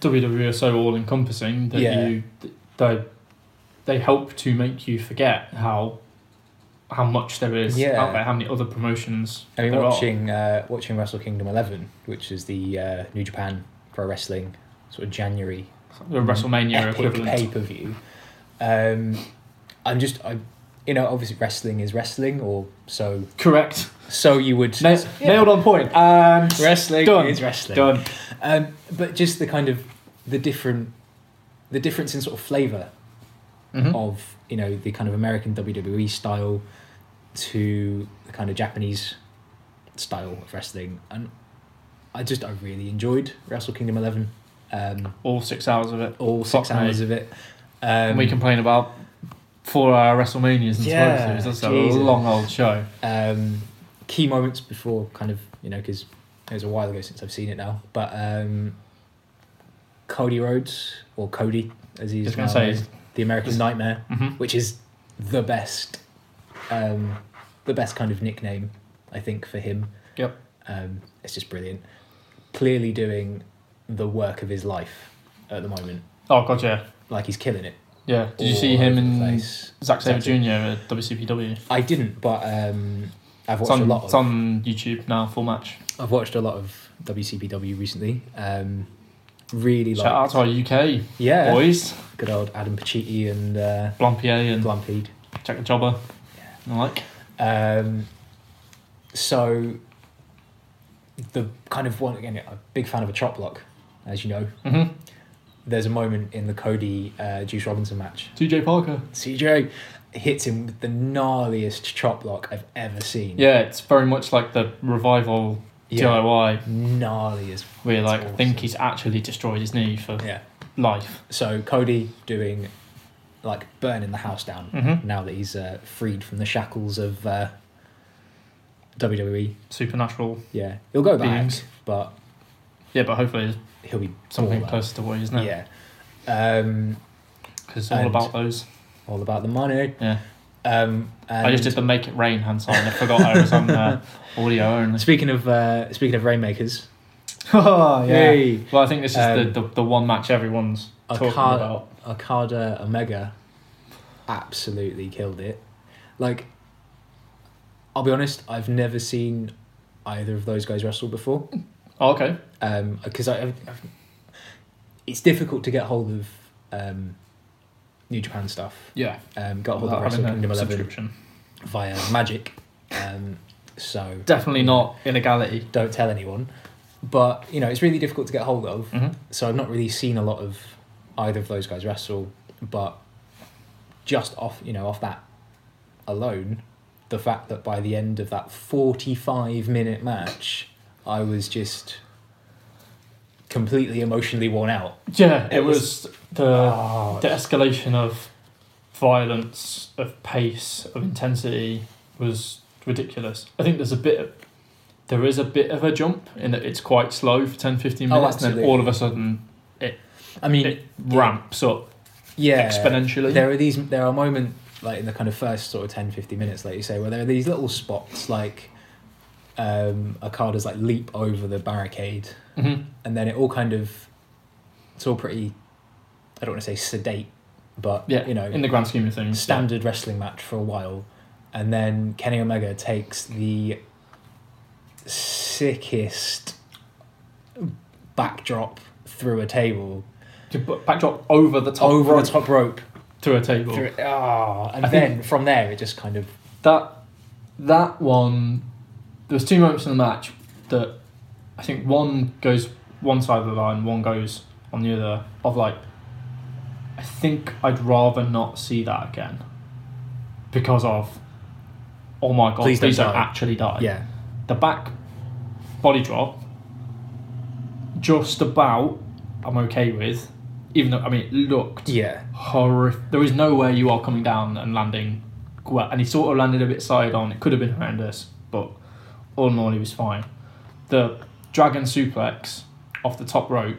WWE are so all encompassing that
Yeah.
you th- they they help to make you forget how how much there is
Yeah.
out there, how many other promotions
I mean,
there are.
watching uh, watching Wrestle Kingdom Eleven, which is the uh, New Japan Pro Wrestling sort of January
the WrestleMania
Mm-hmm. epic
equivalent.
pay per view. Um, I'm just, I, you know, obviously wrestling is wrestling, or so
Correct.
so you would
Na-
yeah.
Nailed on point. And
Wrestling
Done.
is wrestling.
done.
Um, but just the kind of the different, the difference in sort of flavour Mm-hmm.
Mhm.
of you know the kind of American WWE style to the kind of Japanese style of wrestling, and I just I really enjoyed Wrestle Kingdom Eleven, um,
All six hours of it.
all six
Fuck me.
hours of it.
And
Um,
we complain about four-hour WrestleManias and
Yeah,
yeah, That's a
Jesus.
long old show.
um, key moments before kind of you know because it was a while ago since I've seen it now, but um, Cody Rhodes or Cody as he's
Just gonna
now
say,
known, the American
just-
Nightmare.
Mhm.
which is the best, um, the best kind of nickname, I think, for him.
Yep.
Um, it's just brilliant. Clearly doing the work of his life at the moment.
Oh god, yeah,
Like he's killing it.
yeah. Did you
all
see him
over the
in
place.
Zack Sabre
Exactly.
Jr. at WCPW?
I didn't, but um, I've
It's
watched a
on,
lot.
it's
Of,
on YouTube now, full match.
I've watched a lot of WCPW recently. Um, really
Shout out
like
to our UK
yeah,
boys,
good old Adam Pacitti and uh,
Blompier and
Blumpied.
Jack the Jobber. and the like.
Um, so the kind of one again, I'm a big fan of a chop block, as you know.
Mm-hmm.
There's a moment in the Cody uh, Juice Robinson match.
TJ Parker.
CJ hits him with the gnarliest chop block I've ever seen.
Yeah, it's very much like the revival
yeah.
DIY.
gnarly as
Where
It's
like I
awesome.
think he's actually destroyed his knee for
yeah.
life.
So Cody doing like burning the house down
Mm-hmm.
now that he's uh, freed from the shackles of uh, WWE.
supernatural.
Yeah, he'll go back,
Beings.
but
Yeah, but hopefully it's
he'll be
something
baller.
closer to what he's now.
Yeah. Um,
Because it's all
And-
about those.
all about the money.
Yeah.
Um, and
I just did the make it rain hand sign. I forgot I was on uh, audio only.
Speaking of uh, speaking of rainmakers,
oh,
hey,
Well, I think this is
Um,
the, the, the one match everyone's talking
Okada,
about.
Okada Omega absolutely killed it. Like, I'll be honest, I've never seen either of those guys wrestle before.
Oh, okay.
because I, I've, I've- it's difficult to get hold of um, New Japan stuff.
Yeah.
Um, got hold
Without
of Wrestle
having a
Kingdom Eleven
subscription.
via Magic, um, so
Definitely not illegality.
don't tell anyone. But you know, it's really difficult to get hold of.
Mm-hmm.
So I've not really seen a lot of either of those guys wrestle, but just off you know off that alone, the fact that by the end of that forty-five minute match, I was just completely emotionally worn out.
Yeah, it,
It
was,
was-
the
Oh,
the escalation of violence, of pace, of intensity was ridiculous. I think there's a bit of there is a bit of a jump in that it's quite slow for 10 15
Oh,
minutes and then
absolutely.
all of a sudden
I mean,
it ramps up
yeah,
exponentially.
There are these. There are moments like in the kind of first sort of 10, 15 minutes, like you say, where there are these little spots like um, Akada's like leap over the barricade,
Mhm.
and then it all kind of it's all pretty. I don't want to say sedate, but
Yeah,
you know,
in the grand scheme of things.
standard wrestling match for a while, and then Kenny Omega takes the sickest backdrop through a table
yeah. To bu- backdrop over the top,
over
rope
the top rope
to a table.
through, ah, and
I think-
then from there it just kind of
That that one, there was two moments in the match that I think one goes one side of the line, one goes on the other. Of like, I think I'd rather not see that again because of oh my god, please,
Please don't
don't,
die.
actually die.
yeah
the back body drop just about I'm okay with, even though I mean it looked
yeah
horrific. There is no way you are coming down and landing well. And he sort of landed a bit side on. It could have been horrendous, but all in all, he was fine. The dragon suplex off the top rope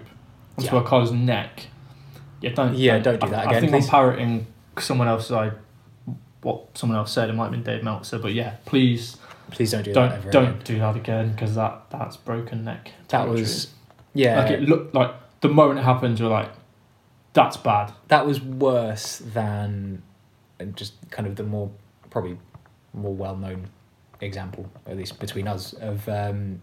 onto
Yeah.
Akada's neck. Yeah, don't.
Yeah, don't do
I-
that
I
again,
think
please.
I'm parroting someone else's. I what someone else said. It might have been Dave Meltzer, but yeah, please
please don't do
don't
that ever
don't
again.
do that again because that that's broken neck.
that
territory.
was yeah
like it looked like the moment it happens, you're like, that's bad.
that was worse than uh, just kind of the more probably more well-known example at least between us of um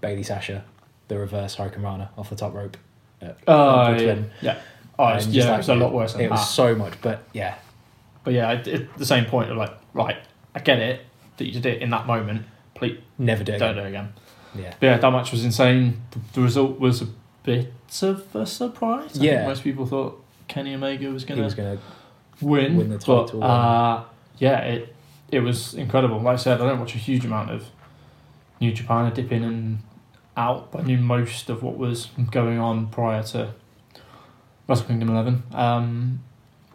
bailey sasha the reverse hurricane rana off the top rope
Uh, yeah.
Brooklyn.
yeah. Oh, it's,
And just
yeah,
like,
it's a lot worse than
it
that.
was so much but yeah
But yeah, it, it, the same point of like, right, I get it that you did it in that moment. Please
never do it
don't
again.
do it again.
yeah
But yeah, that match was insane. The, the result was a bit of a surprise. I think
Yeah.
most people thought Kenny Omega was
he
gonna
was gonna
win,
win the title,
But, uh, yeah, it it was incredible. Like I said, I don't watch a huge amount of New Japan. I dip in and out, but I knew most of what was going on prior to Wrestle Kingdom Eleven. Um,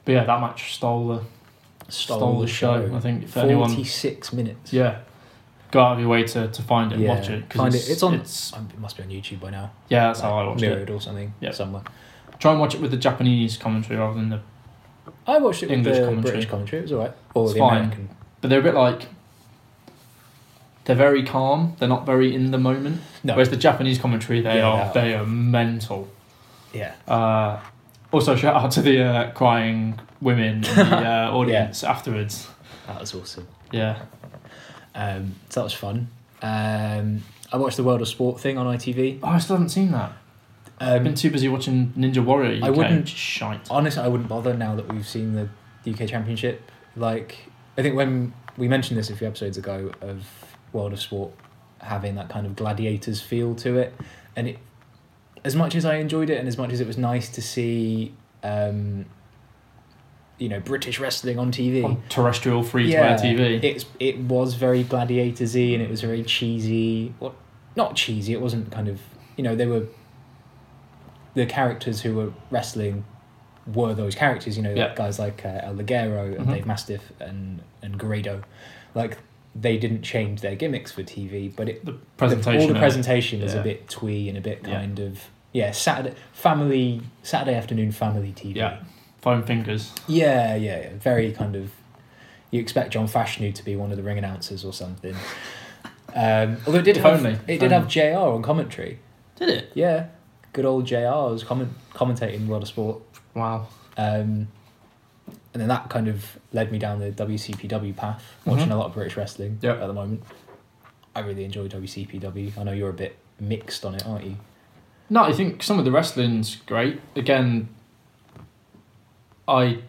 but yeah, that match stole the
stole,
the show. I think if anyone,
46 minutes
yeah, go out of your way to, to find it, and
Yeah,
watch it. 'cause
find it.
it's,
It's on-
It's,
Um, it must be on youtube by now
yeah, that's how I
Like,
watched it.
mirrored or something
Yeah.
somewhere
Try and watch it with the Japanese commentary rather than the.
I watched it with
English
the
commentary.
British commentary. It was alright. Or
It's
the
fine.
American.
But they're a bit like. They're very calm. They're not very in the moment.
No.
Whereas the Japanese commentary, they
Yeah,
are
they
they are mental.
yeah.
Uh, also, shout out to the uh, crying women in the uh, audience afterwards.
That was awesome.
Yeah,
Um, so that was fun. Um, I watched the World of Sport thing on ITV.
oh, I still haven't seen that. I've been
Um,
too busy watching Ninja Warrior. UK.
I wouldn't-
shite.
honestly, I wouldn't bother now that we've seen the UK Championship. Like, I think when we mentioned this a few episodes ago of World of Sport having that kind of gladiators feel to it, and it, as much as I enjoyed it and as much as it was nice to see, um, you know, British wrestling on TV.
On terrestrial free to air
Yeah,
TV.
It's it was very gladiatorsy and it was very cheesy. What not cheesy? It wasn't kind of you know they were the characters who were wrestling were those characters. You know
Yeah.
guys like uh, El Ligero and
Mhm.
Dave Mastiff and and Guerrero, like they didn't change their gimmicks for TV, but it
the
the-
presentation.
all
of
the
it.
presentation was
Yeah.
a bit twee and a bit
Yeah.
kind of yeah Saturday family Saturday afternoon family TV.
Yeah, foam fingers.
Yeah, yeah, yeah. Very kind of. You expect John Fashnu to be one of the ring announcers or something. Um, although it did
If
have
only,
it
if
did have
only.
Jr on commentary.
Did it?
Yeah, good old Jr was comment commentating World of Sport,
Wow.
um, and then that kind of led me down the WCPW path,
Mhm.
watching a lot of British wrestling
Yep.
at the moment. I really enjoy WCPW. I know you're a bit mixed on it, aren't you?
No, I think some of the wrestling's great. Again, I.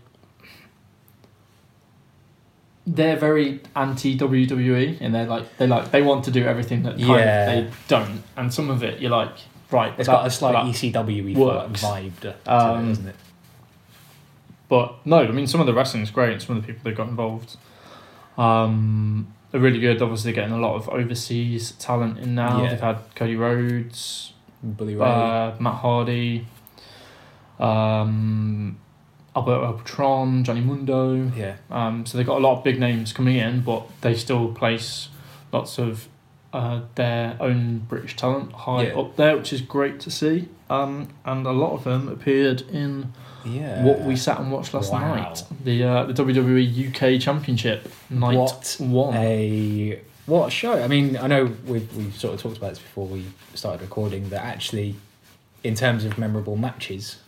They're very anti WWE, and they're like they like they want to do everything that kind
Yeah.
of they don't, and some of it you're like right.
It's
that-
got a slight e-
that-
ECW
works.
vibe to
Um,
it, isn't it?
But no, I mean some of the wrestling's great. and Some of the people that got involved, um, are really good. Obviously, they're getting a lot of overseas talent in now.
Yeah.
They've had Cody Rhodes,
Bully Ray.
uh, Matt Hardy, um, Alberto Patron, Johnny Mundo.
yeah,
Um, so they've got a lot of big names coming in, but they still place lots of uh, their own British talent high
Yeah.
up there, which is great to see. Um, and a lot of them appeared in
yeah.
what we sat and watched last
Uh, Wow.
night the uh, the WWE UK Championship night
What
one.
a what a show. I mean, I know we've we've sort of talked about this before we started recording that actually, in terms of memorable matches,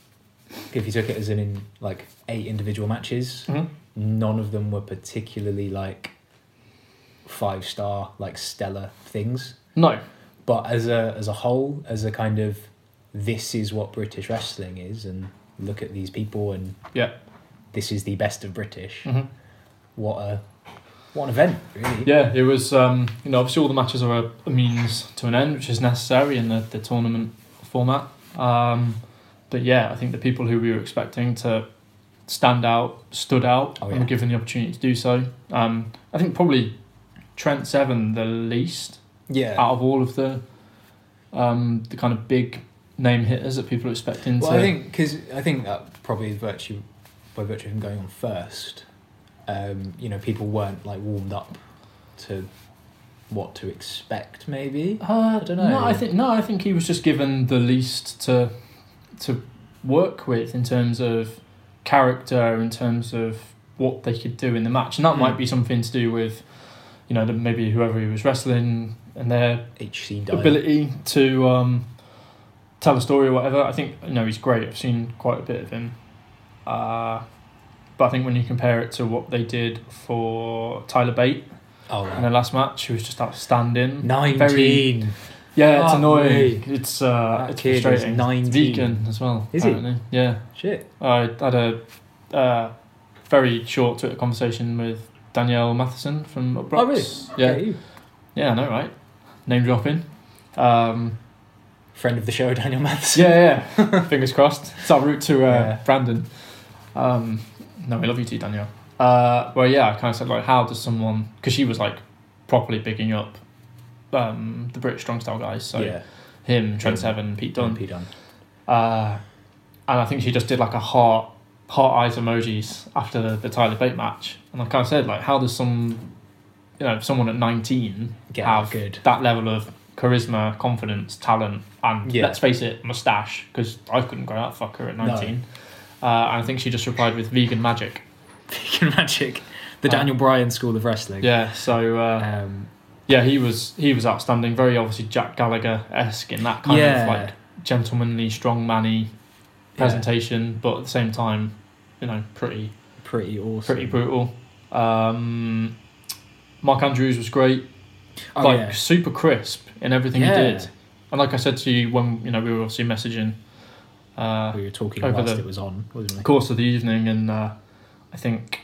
if you took it as an in like eight individual matches,
Mhm.
none of them were particularly like five star like stellar things.
No,
But as a as a whole, as a kind of this is what British wrestling is, and look at these people, and
yeah,
this is the best of British.
Mhm.
What a what an event, really.
Yeah, it was. Um, you know, obviously all the matches are a, a means to an end, which is necessary in the, the tournament format. Um, but yeah, I think the people who we were expecting to stand out stood out
Oh,
and
yeah.
were given the opportunity to do so. Um, I think probably Trent Seven the least
Yeah.
out of all of the um, the kind of big name hitters that people are expecting
Well,
to.
I think because I think that probably is virtue by virtue of him going on first. Um, you know, people weren't like warmed up to what to expect. Maybe
Uh,
I dunno.
No, I think no, I think he was just given the least to to work with in terms of character, in terms of what they could do in the match, and that
Hmm.
might be something to do with you know the- maybe whoever he was wrestling and their
HC Dyer.
ability to um, tell a story or whatever. I think you know he's great. I've seen quite a bit of him. Uh, but I think when you compare it to what they did for Tyler Bate
Oh,
in
wow.
their last match, who was just outstanding.
nineteen.
Yeah, it's
Fuck
annoying.
me.
It's uh,
Ah, That
it's
kid is
frustrating.
19.
Vegan as well.
Is he?
apparently. Yeah,
Shit.
I had a uh, very short Twitter conversation with Danielle Matheson from Upbrox.
Oh, really?
Yeah,
Get you.
yeah, I know, right? Name dropping. Um,
Friend of the show, Daniel Matheson.
yeah, yeah. Fingers crossed. It's our route to uh,
Yeah.
Brandon. Um, no, we love you too, Danielle. Uh, well, yeah, I kind of said like, how does someone? Because she was like properly bigging up um, the British strong style guys. So
yeah.
him, Trent
Him.
Seven, Pete Dunne.
Done. P done.
Uh, and I think she just did like a heart, heart eyes emojis after the, the Tyler Bate match. And I kind of said, like, how does some, you know, someone at 19
Get
have
good.
that level of charisma, confidence, talent, and
Yeah.
let's face it, mustache? Because I couldn't grow that fucker at 19. Uh, and I think she just replied with vegan magic.
Vegan magic. The
Uh,
Daniel Bryan School of Wrestling.
Yeah, so uh,
Um,
yeah, he was he was outstanding. Very obviously Jack Gallagher esque in that kind
Yeah.
of like gentlemanly, strong manny
yeah.
presentation, but at the same time, you know, pretty
Pretty awesome. Oh,
pretty brutal. Um, Mark Andrews was great,
Oh,
like
yeah.
super crisp in everything
Yeah.
he did. And like I said to you when you know we were obviously messaging uh,
We were talking
Over
whilst
the-
it was on, wasn't we?
course of the evening, and uh, I think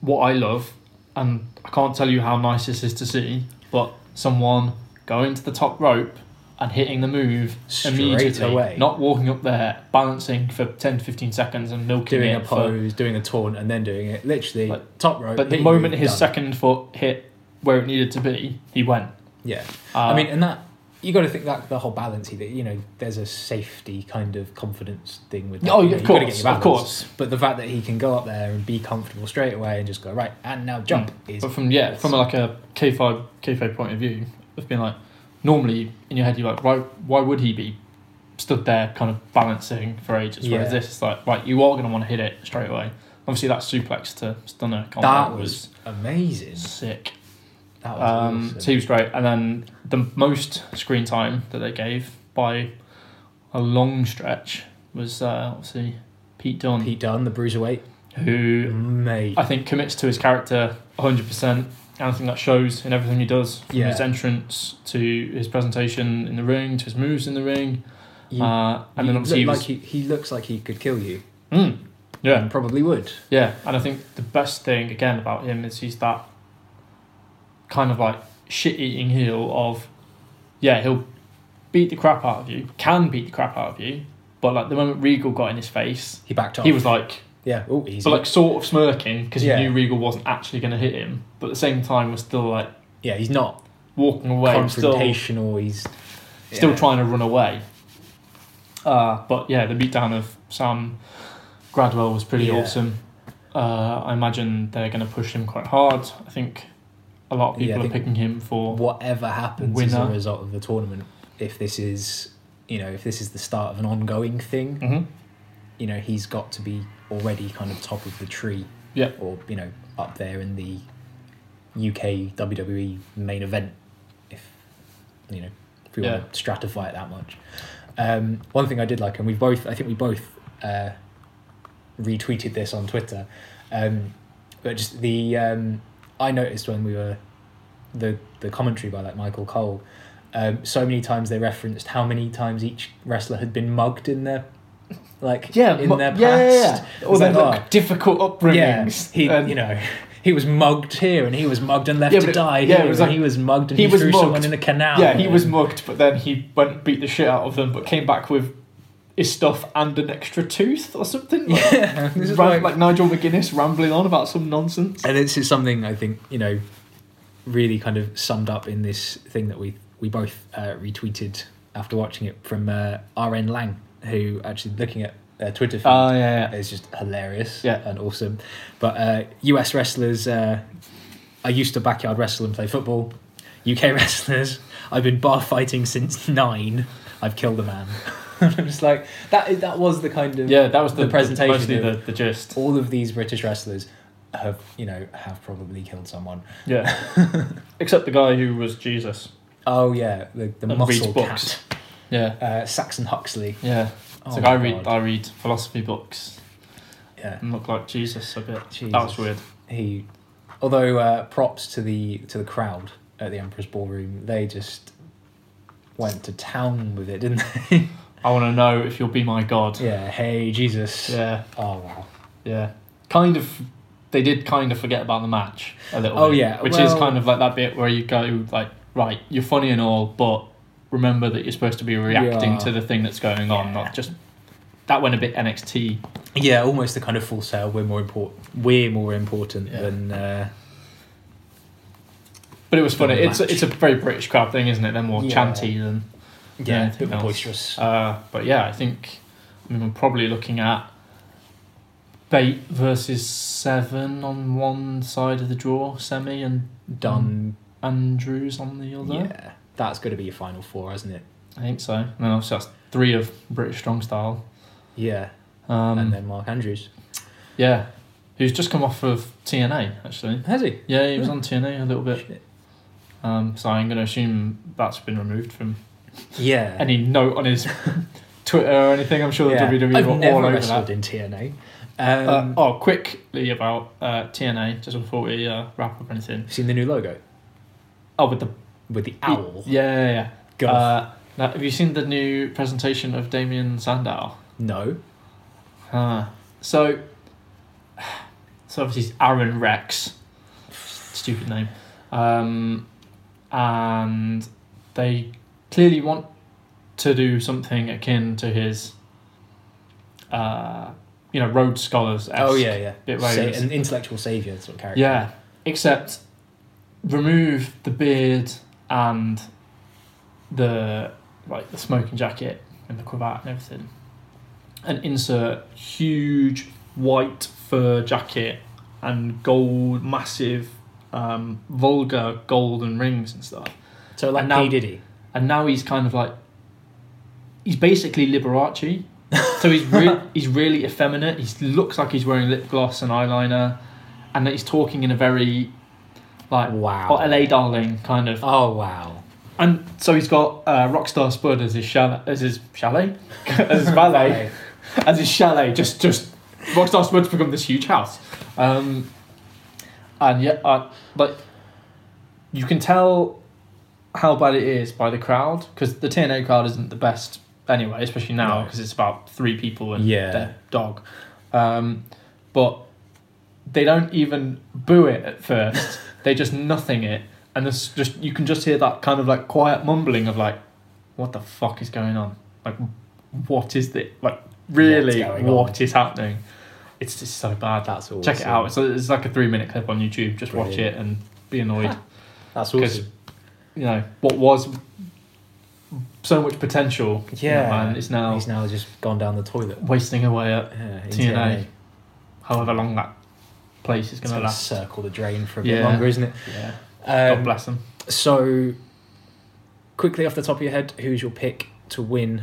what I love, and I can't tell you how nice this is to see, but someone going to the top rope and hitting the move
Straight
immediately,
away.
not walking up there, balancing for 10 15 seconds and milking
doing a
it. for-
pose, doing a taunt, and then doing it. Literally,
Like-
top rope.
but the
hit
moment
you,
his
done.
second foot hit where it needed to be, he went.
Yeah.
Uh,
I mean, and that. You got to think that the whole balance that you know, there's a safety kind of confidence thing with. That.
oh,
you know,
of
you've gotta get
course,
your
of
balance.
course.
But the fact that he can go up there and be comfortable straight away and just go right and now jump is
But from yeah, from like a K five K five point of view, of being like, normally in your head you're like, why why would he be stood there kind of balancing for ages? Whereas
Yeah.
this is like, right, you are gonna want to hit it straight away. Obviously that suplex to stunner combo
that was amazing.
sick.
That was
Um,
awesome.
So he was great, and then the most screen time that they gave by a long stretch was uh, obviously Pete Dunne,
Pete Dunne, the bruiserweight,
who
mate.
I think commits to his character 100%. and I think that shows in everything he does from
Yeah.
his entrance to his presentation in the ring to his moves in the ring.
You,
uh, and then
you
obviously, he
look
was,
like he, he looks like he could kill you.
Mm, yeah,
And probably would.
yeah, and I think the best thing again about him is he's that kind of like shit-eating heel of, yeah, he'll beat the crap out of you, can beat the crap out of you, but like the moment Regal got in his face,
He backed off.
he was like.
yeah. Oh, easy.
But like sort of smirking because
Yeah.
he knew Regal wasn't actually going to hit him, but at the same time was still like
yeah, he's not
walking away, still
confrontational. he's
still
yeah.
trying to run away. Uh, but yeah, the beatdown of Sam Gradwell was pretty
Yeah.
awesome. Uh, I imagine they're going to push him quite hard. I think a lot of
Yeah, I
people are
think-
picking him for
Whatever happens as a
Winner.
result of the tournament, if this is you know if this is the start of an ongoing thing,
Mhm.
you know he's got to be already kind of top of the tree.
Yeah.
Or you know up there in the UK WWE E main event, if you know if we
Yeah.
want to stratify it that much. Um, one thing I did like, and we both I think we both uh, retweeted this on Twitter. Um, but just the um, I noticed when we were the the commentary by like Michael Cole, um, so many times they referenced how many times each wrestler had been mugged in their like
yeah
in
mu-
their past.
yeah, yeah, yeah.
It
or
was
their
like,
like, difficult
oh, yeah,
upbringings.
he
and
you know he was mugged here and he was mugged and left
Yeah,
to
but it-
die.
yeah, it
here,
was
and
like-
he was mugged and
he
he,
was
threw someone
mugged.
in a canal.
yeah, he was
and-
mugged, but then he went and beat the shit out of them, but came back with his stuff and an extra tooth or something. Like,
Yeah,
ram-
this is
like,
like-
Nigel McGuinness rambling on about some nonsense.
and this is something I think you know really kind of summed up in this thing that we we both uh, retweeted after watching it from uh, RN Lang, who actually looking at uh, Twitter feed
Oh yeah,
is just hilarious
Yeah.
and awesome. But uh, US wrestlers, uh, I used to backyard wrestle and play football. UK wrestlers, I've been bar fighting since nine. I've killed a man. I'm just like that. Is, that was the kind of
yeah. That was the,
The presentation
Mostly
of-
the, the gist.
all of these British wrestlers have you know have probably killed someone.
Yeah, except the guy who was Jesus.
Oh yeah, the, the
And
muscle
reads books.
cat,
Yeah,
uh, Saxon Huxley.
yeah.
Oh
It's like
my
I read
God.
I read philosophy books
Yeah,
and look like Jesus a bit.
Jesus.
That was weird.
he. Although uh, props to the to the crowd at the Emperor's Ballroom, they just went to town with it, didn't they?
I want to know if you'll be my God.
yeah. Hey Jesus.
yeah.
Oh wow.
Yeah. Kind of they did kind of forget about the match a little
Oh,
bit,
yeah,
Which is
well-
kind of like that bit where you go like, right, you're funny and all, but remember that you're supposed to be reacting
Yeah.
to the thing that's going on,
Yeah.
not just that went a bit NXT.
Yeah, almost the kind of full sale. We're more important. We're more important
Yeah.
than. Uh,
But it was funny.
The
It's
match.
it's a very British crowd thing, isn't it? They're more
Yeah.
chanty than
yeah, a
anything
bit more
else.
boisterous.
uh but yeah, I think I mean we're probably looking at Bait versus seven on one side of the draw, semi and
Done.
Andrews on the other.
Yeah, that's going to be your final four, isn't it?
I think so. And then obviously that's three of British Strong Style.
Yeah,
Um,
and then Mark Andrews.
yeah, who's just come off of TNA actually.
Has he?
Yeah, he was
Yeah.
on TNA a little bit.
Shit.
Um, so I'm going to assume that's been removed from
Yeah.
any note on his Twitter or anything. I'm sure
Yeah.
the WWE
I've
were
never
all over
wrestled
that.
in TNA.
Uh,
Um,
oh, quickly about uh, TNA just before we uh, wrap up anything.
Seen the new logo
Oh, with the
with the owl.
Yeah, yeah, yeah.
Goff.
Uh, now, have you seen the new presentation of Damien Sandow?
no.
Huh. So, so obviously it's Aaron Rex, stupid name, um, and they clearly want to do something akin to his, uh, you know, Rhodes Scholars.
Oh yeah, yeah.
bit
Sa-
racist.
an intellectual savior sort of character.
Yeah, except remove the beard and the like the smoking jacket and the cravat and everything, and insert huge white fur jacket and gold massive um, vulgar golden rings and stuff.
So like
And now-
P Diddy.
And now he's kind of like he's basically Liberace. so he's re- he's really effeminate. He looks like he's wearing lip gloss and eyeliner, and that he's talking in a very like
Wow.
or LA darling kind of.
Oh wow.
And so he's got uh, Rockstar Spud as his chalet, as his chalet, as his valet, as his chalet. Just just Rockstar Spud's become this huge house, um, and yeah, I, like uh, you can tell how bad it is by the crowd because the TNA crowd isn't the best anyway, especially now
No.
because it's about three people and
Yeah.
their dog. Um, but they don't even boo it at first; they just nothing it, and it's just you can just hear that kind of like quiet mumbling of like, "What the fuck is going on? Like, what is the like really
going on?"
what is happening?" It's just so bad.
That's awesome.
Check it out. It's, it's like a three minute clip on YouTube. Just watch
Brilliant.
it and be annoyed.
That's
'Cause-
awesome.
you know what was so much potential. in that
Yeah.
man is now
He's now just gone down the toilet.
wasting away at
Yeah, in
TNA. however long that place is
It's
going
going
to
to
last.
circle the drain for a bit
Yeah.
longer, isn't it?
Yeah. God
Um,
bless them.
so, quickly off the top of your head, who's your pick to win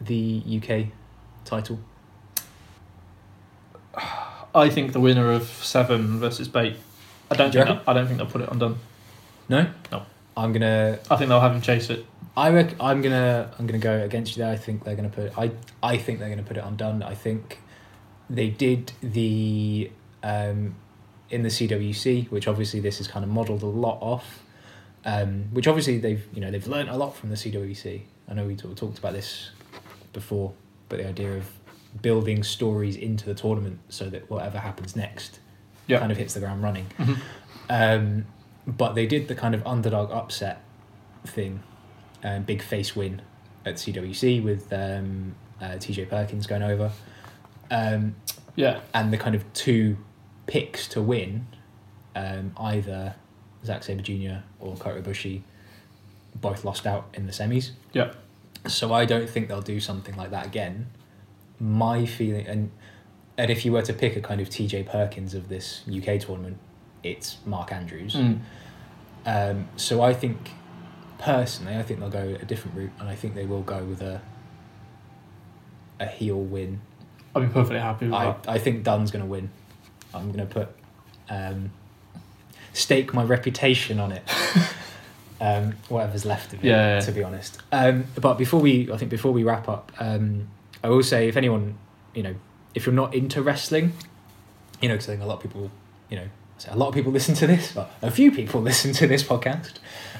the UK title?
I think the winner of Seven versus Bate. I don't.
Do you
Think I don't think they'll put it on Dunn.
No,
No.
I'm gonna.
I think they'll have him chase it.
I rec- I'm gonna. I'm gonna go against you there. I think they're gonna put. I. I think they're gonna put it undone. I think they did the um, in the CWC, which obviously this is kind of modelled a lot off. Um, which obviously they've you know they've learned a lot from the CWC. I know we sort of talked about this before, but the idea of building stories into the tournament so that whatever happens next
Yeah.
kind of hits the ground running.
Mhm.
Um, but they did the kind of underdog upset thing, um, big face win at CWC with um, uh, TJ Perkins going over. Um,
Yeah.
and the kind of two picks to win, um, either Zack Sabre Jr. or Kota Ibushi, both lost out in the semis.
Yeah.
So I don't think they'll do something like that again. My feeling, and and if you were to pick a kind of TJ Perkins of this UK tournament, it's Mark Andrews.
Mm.
Um, so I think, personally, I think they'll go a different route, and I think they will go with a a heel win
I'd be perfectly happy with
I,
that.
I think Dunn's going to win. I'm going to put um, stake my reputation on it. um, whatever's left of it,
Yeah, yeah.
to be honest. Uh, Um, but before we, I think before we wrap up, um, I will say if anyone, you know, if you're not into wrestling, you know, because I think a lot of people, you know, I say a lot of people listen to this, but a few people listen to this podcast.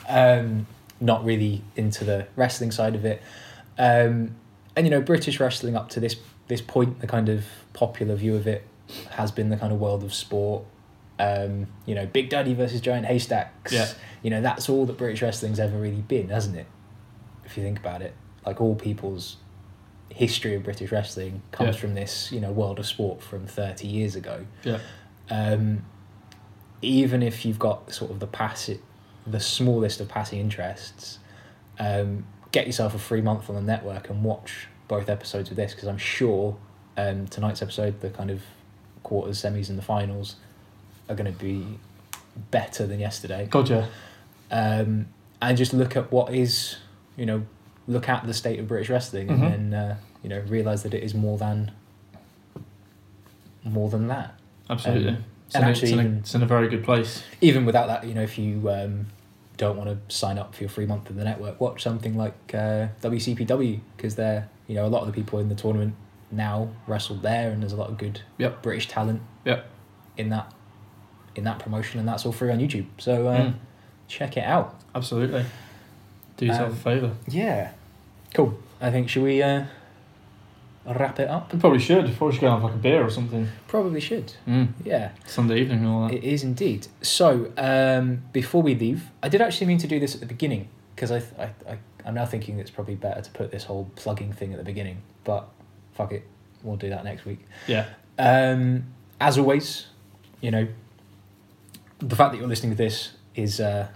Um, not really into the wrestling side of it. Um, and you know, British wrestling up to this this point, the kind of popular view of it has been the kind of world of sport. Um, you know, Big Daddy versus Giant Haystacks.
Yeah.
You know, that's all that British wrestling's ever really been, hasn't it? If you think about it, like all people's history of British wrestling comes
Yeah.
from this, you know, world of sport from thirty years ago
Yeah.
um, even if you've got sort of the pass the smallest of passing interests, um, get yourself a free month on the network and watch both episodes of this because I'm sure um, tonight's episode, the kind of quarters, semis, and the finals, are going to be better than yesterday.
God, yeah.
Um, and just look at what is, you know, look at the state of British wrestling and
Mhm.
then uh, you know realize that it is more than more than that.
Absolutely.
Um,
it's,
and
in a,
actually
it's, in a,
even-
it's in a very good place.
even without that, you know, if you um, don't want to sign up for your free month of the network, watch something like uh, WCPW because they're, you know, a lot of the people in the tournament now wrestled there, and there's a lot of good
Yep.
British talent
Yep.
in that in that promotion, and that's all free on YouTube. So uh,
Mm.
check it out.
Absolutely. Do yourself
Um,
a favour.
Yeah, cool. I think should we uh, wrap it up?
We probably should. Probably should go and have like a beer or something.
Probably should.
Mm.
Yeah.
Sunday evening and all that.
It is indeed. So, um, before we leave, I did actually mean to do this at the beginning because I, th- I, I, I'm now thinking it's probably better to put this whole plugging thing at the beginning, but fuck it, we'll do that next week.
yeah.
Um, as always, you know, the fact that you're listening to this is uh,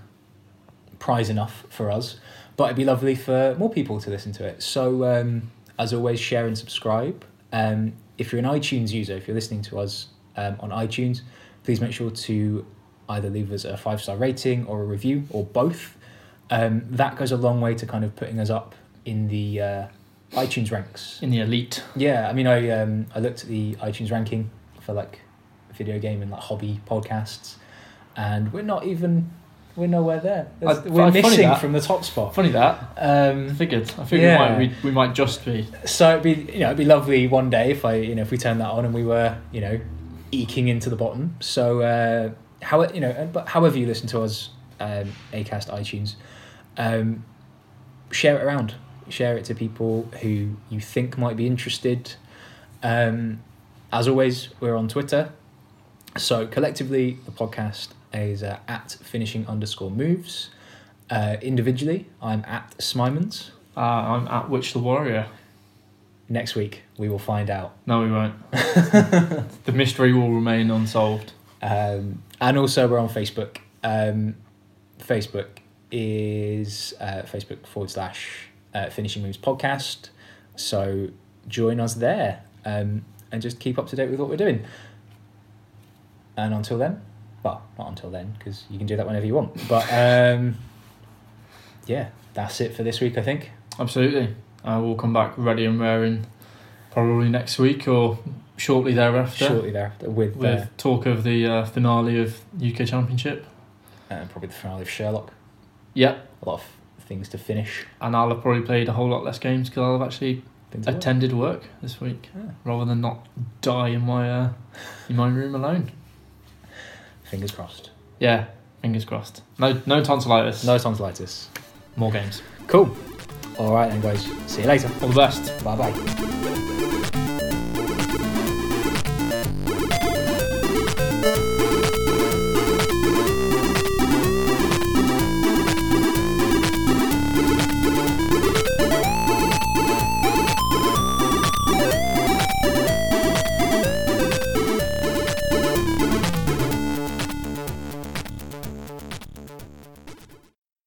prize enough for us, but it'd be lovely for more people to listen to it. So, um, as always, share and subscribe. Um, if you're an iTunes user, if you're listening to us um, on iTunes, please make sure to either leave us a five star rating or a review or both. Um, that goes a long way to kind of putting us up in the uh, iTunes ranks.
In the elite.
Yeah, I mean, I um, I looked at the iTunes ranking for like video game and like hobby podcasts, and we're not even we're nowhere there.
I-
That's- we're
I- funny
missing
that.
from the top spot.
Funny that. I
Um,
figured. I figured
Yeah.
we, might, we, we might just be.
so it'd be you know it'd be lovely one day if I you know if we turned that on and we were you know eking into the bottom. So uh, how uh, you know and- but however you listen to us, um, Acast, iTunes. Um, share it around. Share it to people who you think might be interested. Um, as always, we're on Twitter. So collectively, the podcast is uh, at finishing underscore moves. Uh, individually, I'm at Smymans.
Uh, I'm at Witch the Warrior.
Next week, we will find out.
No, we won't. the mystery will remain unsolved.
Um, and also, we're on Facebook. Um, Facebook is uh, Facebook forward slash uh, Finishing Moves Podcast. So join us there um, and just keep up to date with what we're doing. And until then, well, not until then, because you can do that whenever you want. But um, yeah, that's it for this week, I think.
Absolutely. I will come back ready and raring probably next week or shortly thereafter
Shortly thereafter, with,
with talk of the uh, finale of UK Championship.
Uh, uh, probably the finale of Sherlock.
Yep.
A lot of things to finish.
And I'll have probably played a whole lot less games because I'll have actually
Things to watch.
attended work this week
Yeah.
rather than not die in my uh, in my room alone.
Fingers crossed.
Yeah, fingers crossed. No, no tonsillitis.
No tonsillitis.
more games.
Cool. All right, then, guys. See you later.
All the best.
Bye bye.